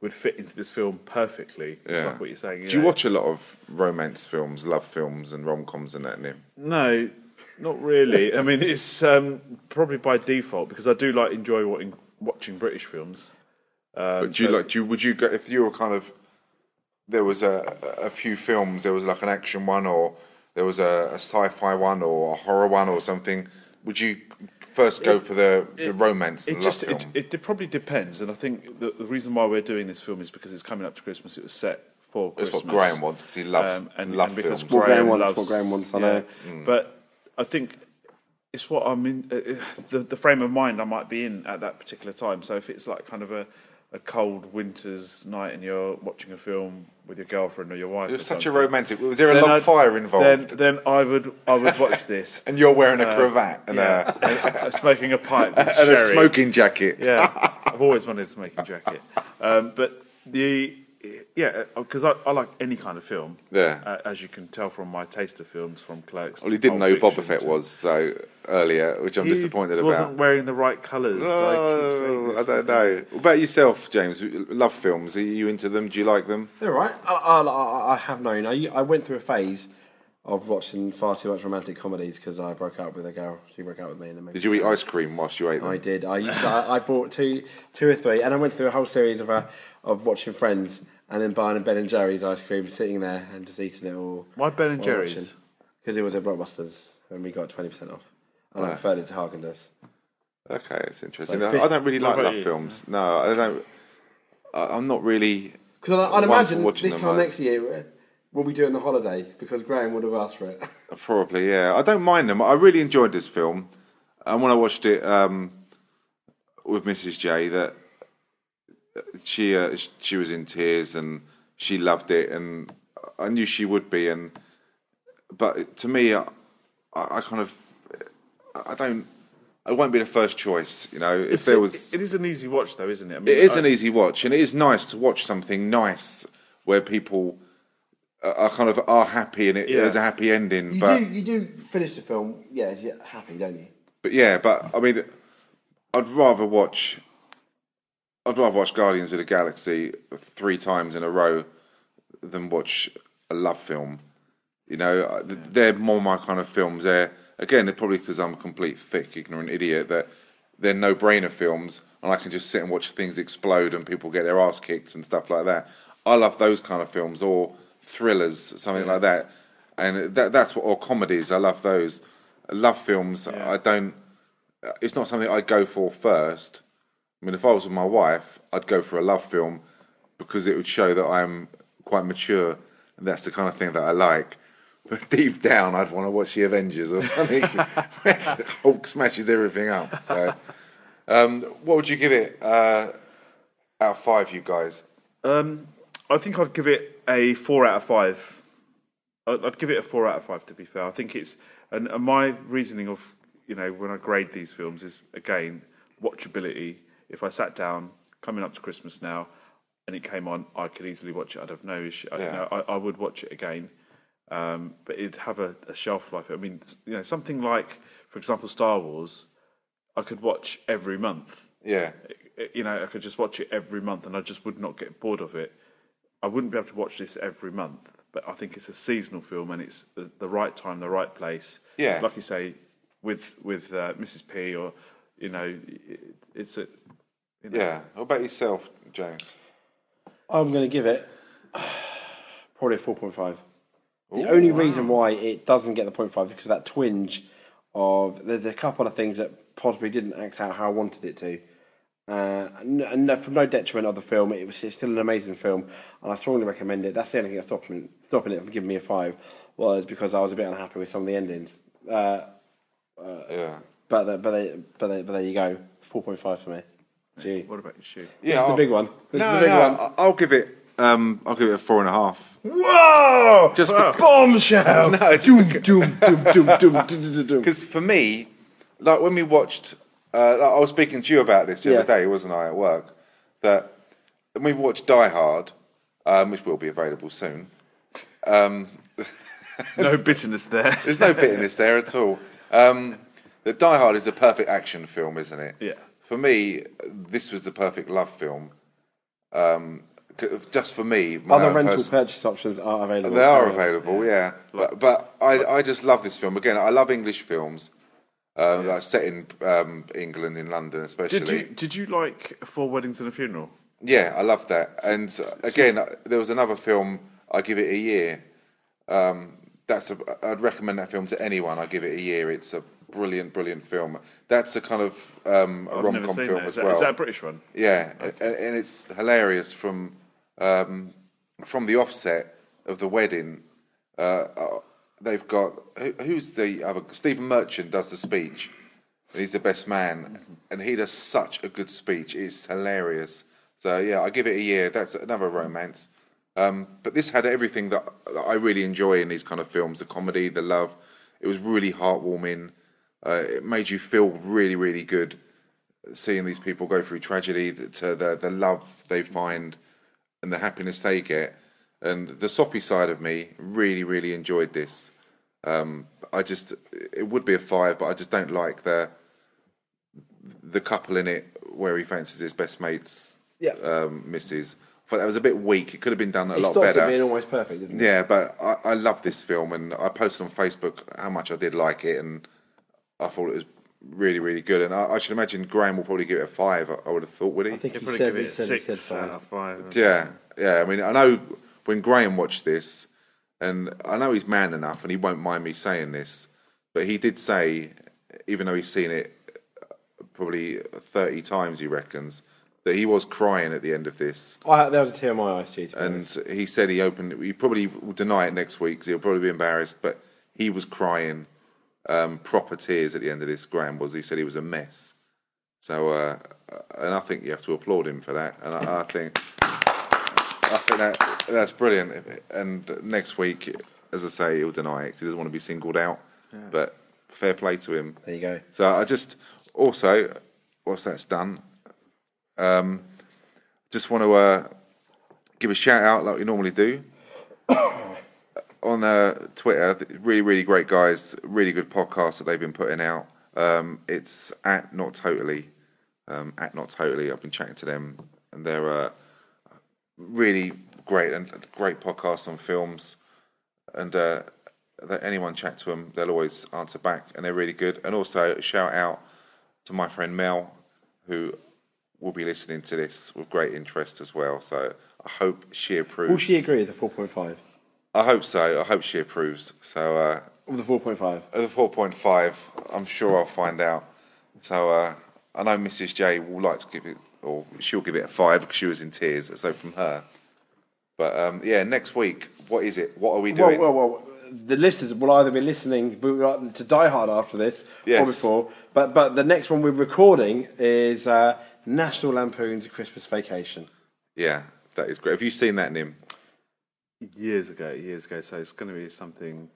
would fit into this film perfectly. It's Yeah. like what you're saying. Do you know. watch a lot of romance films, love films, and rom coms and that? Um, Nim? No, not really. I mean, it's um, probably by default because I do like enjoy watching, watching British films. but do you like? Do you, would you go if you were kind of there was a a few films? There was like an action one, or there was a, a sci-fi one, or a horror one, or something. Would you first go for the, the romance It and just love it, film? it de- probably depends, and I think the, the reason why we're doing this film is because it's coming up to Christmas. It was set for That's Christmas. Um, what Graham wants, 'cause he loves- and, love and because films. Mm. What Graham Graham wants, loves- what Graham wants, I know. But I think it's what I'm in uh, uh, the the frame of mind I might be in at that particular time. So if it's like kind of a a cold winter's night and you're watching a film with your girlfriend or your wife, or It was such a something, romantic. Was there a then log I'd- fire involved? Then, then I would I would watch this. and you're wearing a cravat and Uh, yeah, a and smoking a pipe with and a sherry. smoking jacket. Yeah, I've always wanted a smoking jacket. Um, but the yeah, because I, I like any kind of film. Yeah. uh, as you can tell from my taste of films, from Clerks. Well, to he didn't know Pulp who Boba Fiction Fett to- was so earlier, which I'm Oh, He disappointed Wasn't about. wearing the right colours. I, keep saying Oh, this I don't know. What about yourself, James? Love films. Are you into them? Do you like them? They're all right. I, I, I- I have known. I, I went through a phase of watching far too much romantic comedies because I broke up with a girl. She broke up with me. And then Did you eat ice cream whilst you ate them? I did. I used. To, I, I bought two, two or three, and I went through a whole series of uh, of watching Friends and then buying a Ben and Jerry's ice cream, sitting there and just eating it all. Why Ben and Jerry's? Because it was at Blockbusters and we got twenty percent off, and I preferred it to Häagen-Dazs. Okay, it's interesting. So, I I don't really what like about love you? films. No, I don't. I- I'm not really. Because I'd, I'd one for imagine watching this them, time I- next year we'll be doing the holiday because Graham would have asked for it. Probably, yeah. I don't mind them. I really enjoyed this film, and when I watched it um, with Mrs. J, that she uh, she was in tears and she loved it, and I knew she would be. And but to me, I, I kind of I don't. I won't be the first choice, you know. If It's- there was, it is an easy watch though, isn't it? I mean, it is I- an easy watch, and it is nice to watch something nice where people are are kind of are happy and it, Yeah. there's a happy ending. You but do. You do finish the film. Yeah, you're happy, don't you? But yeah, but I mean, I'd rather watch. I'd rather watch Guardians of the Galaxy three times in a row than watch a love film. You know, I- th- they're more my kind of films. They're again, they're probably because I'm a complete thick, ignorant idiot that they're no-brainer films, and I can just sit and watch things explode and people get their ass kicked and stuff like that. I love those kind of films or thrillers, something like that, and that, that's what or comedies. I love those. Love films. I don't. uh, It's not something I go for first. I mean, if I was with my wife, I'd go for a love film because it would show that I'm quite mature, and that's the kind of thing that I like. But deep down, I'd want to watch the Avengers or something. where Hulk smashes everything up. So, um, what would you give it uh, out of five, you guys? Um, I think I'd give it a four out of five. I'd I'd give it a four out of five. To be fair, I think it's and, and my reasoning of you know when I grade these films is again watchability. If I sat down coming up to Christmas now and it came on, I could easily watch it. I'd have no issue. I, Yeah. no, I, I would watch it again, um, but it'd have a, a shelf life. I mean, s- you know, something like for example Star Wars, I could watch every month. Yeah. I- you know, I could just watch it every month, and I just would not get bored of it. I wouldn't be able to watch this every month, but I think it's a seasonal film, and it's the, the right time, the right place. Yeah. like you say, with with uh, Mrs. P, or you know, it, it's a you know, Yeah. What about yourself, James? I'm going to give it probably a 4.5. The only reason why it doesn't get the 0.5 is because of that twinge of there's a couple of things that possibly didn't act out how I wanted it to. Uh, and and no- from no detriment of the film, it was it's still an amazing film, and I strongly recommend it. That's the only thing that's stopping stopping it from giving me a five was because I was a bit unhappy with some of the endings. Uh, yeah. but the, but they, but they, but there you go, four point five for me. Gee, What about your shoe? this is the I'll- big one. This no, is the big no, one. I- I'll give it. Um, I'll give it a four and a half. Whoa! Just Wow. beca- bombshell. No, just doom, doom, doom, doom, doom, doom, doom, doom. Because for me, like when we watched, uh, like, I was speaking to you about this the Yeah. other day, wasn't I, at work? That when we watched Die Hard, um, which will be available soon. Um, No bitterness there. There's no bitterness there at all. Um, the Die Hard is a perfect action film, isn't it? Yeah. For me, this was the perfect love film. Um, c- just for me, my Other own rental pers- purchase options are available. They are Carry on. available, yeah. But, but I, I just love this film. Again, I love English films, um, like set in um, England, in London, especially. Did you did you like Four Weddings and a Funeral? Yeah, I love that. And uh, again, uh, there was another film. I give it a year. Um, that's a, I'd recommend that film to anyone. I give it a year. It's a brilliant, brilliant film. That's a kind of um, a I've rom never com seen film that. Is as that- well. is that a British one? Yeah, and, and it's hilarious from um, from the offset of the wedding. Uh, uh, they've got who, who's the other Stephen Merchant does the speech, and he's the best man, and he does such a good speech. It's hilarious. So yeah, I give it a year. That's another romance. Um, but this had everything that, that I really enjoy in these kind of films: the comedy, the love. It was really heartwarming. Uh, it made you feel really, really good seeing these people go through tragedy th- to the the love they find and the happiness they get and the soppy side of me really really enjoyed this um i just it would be a five but i just don't like the the couple in it where he fancies his best mates Yeah. um mrs but that was a bit weak it could have been done a It lot stopped better at being almost perfect, didn't it? yeah, but I, I love this film, and I posted on Facebook how much I did like it, and I thought it was really, really good. And I, I should imagine Graham will probably give it a five. I, I would have thought, would he? I think he Probably said, give he it a said, he six said out five. of five. Yeah, yeah. I mean, I know when Graham watched this, and I know he's man enough, and he won't mind me saying this, but he did say, even though he's seen it uh, probably thirty times, he reckons that he was crying at the end of this. I, there was a tear in my eyes, G. and he said he opened. He probably will deny it next week. 'cause he'll probably be embarrassed, but he was crying um, proper tears at the end of this. Graham was. He said he was a mess. So, uh, and I think you have to applaud him for that. And I, I think, I think that that's brilliant. And next week, as I say, he'll deny it. 'cause he doesn't want to be singled out. But fair play to him. There you go. So I just also, whilst that's done, um, just want to uh, give a shout out like we normally do on uh, Twitter. th- Really, really great guys. Really good podcasts that they've been putting out. Um, it's at not totally, um, at not totally. I've been chatting to them, and they're uh, really great and great podcasts on films and uh, that anyone chat to them, they'll always answer back, and they're really good. And also a shout out to my friend Mel, who will be listening to this with great interest as well. So I hope she approves. Will she agree with the 4.5? I hope so. I hope she approves. So uh, With the 4.5? at the four point five, I'm sure I'll find out. So uh, I know Mrs J will like to give it, or she'll give it a five because she was in tears. So from her. But um, yeah, next week, what is it? What are we Well, doing? well, well. The listeners will either be listening to Die Hard after this Yes. or before, but but the next one we're recording is uh, National Lampoon's Christmas Vacation. yeah, that is great. Have you seen that, Nim? years ago, years ago. So it's going to be something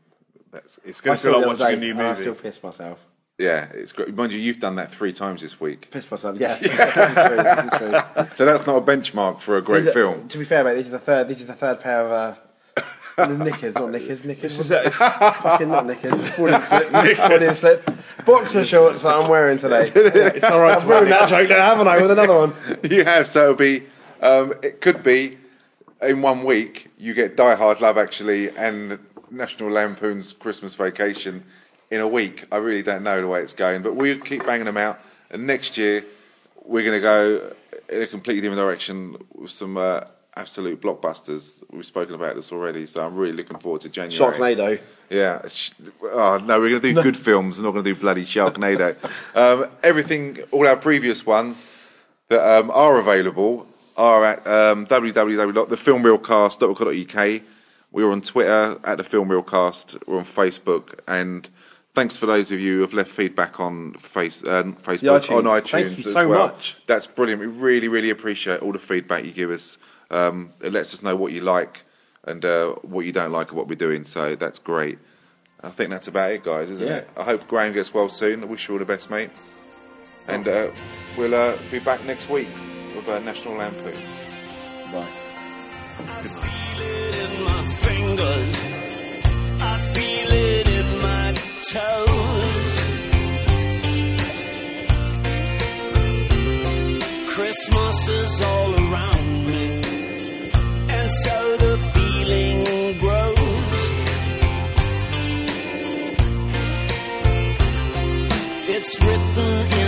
that's it's I going to saw feel it like the other watching a day new and I still movie. pissed myself. Yeah, it's great. Mind you, you've done that three times this week. Pissed myself. Yeah. so that's not a benchmark for a great These are- film. To be fair, mate, this is the third. This is the third pair of. Uh, knickers, not knickers, knickers. fucking not knickers. Falling slip, falling slip. Boxer shorts that I'm wearing today. It's all right. I've ruined that joke now, haven't I? With another one. you have, so it'll be. Um, it could be in one week you get Die Hard, Love Actually, and National Lampoon's Christmas Vacation in a week. I really don't know the way it's going, but we'll keep banging them out. And next year we're going to go in a completely different direction with some uh, absolute blockbusters. We've spoken about this already, so I'm really looking forward to January. Sharknado. Yeah. sh- Oh, no, we're going to do good films. We're not going to do bloody Sharknado. um, everything, all our previous ones that um, are available are at um, www.thefilmreelcast.co.uk. We're on Twitter at the Film Realcast. We're on Facebook. And thanks for those of you who have left feedback on face, um, Facebook, iTunes. on iTunes Thank you as so well. much. That's brilliant. We really, really appreciate all the feedback you give us. Um, it lets us know what you like and uh, what you don't like of what we're doing. So that's great. I think that's about it, guys, isn't Yeah. it? I hope Graham gets well soon. I wish you all the best, mate. And uh, we'll uh, be back next week with uh, National Lampoons. Bye. in my fingers. I feel it in my toes. Christmas is all around me, and so the feeling grows. It's written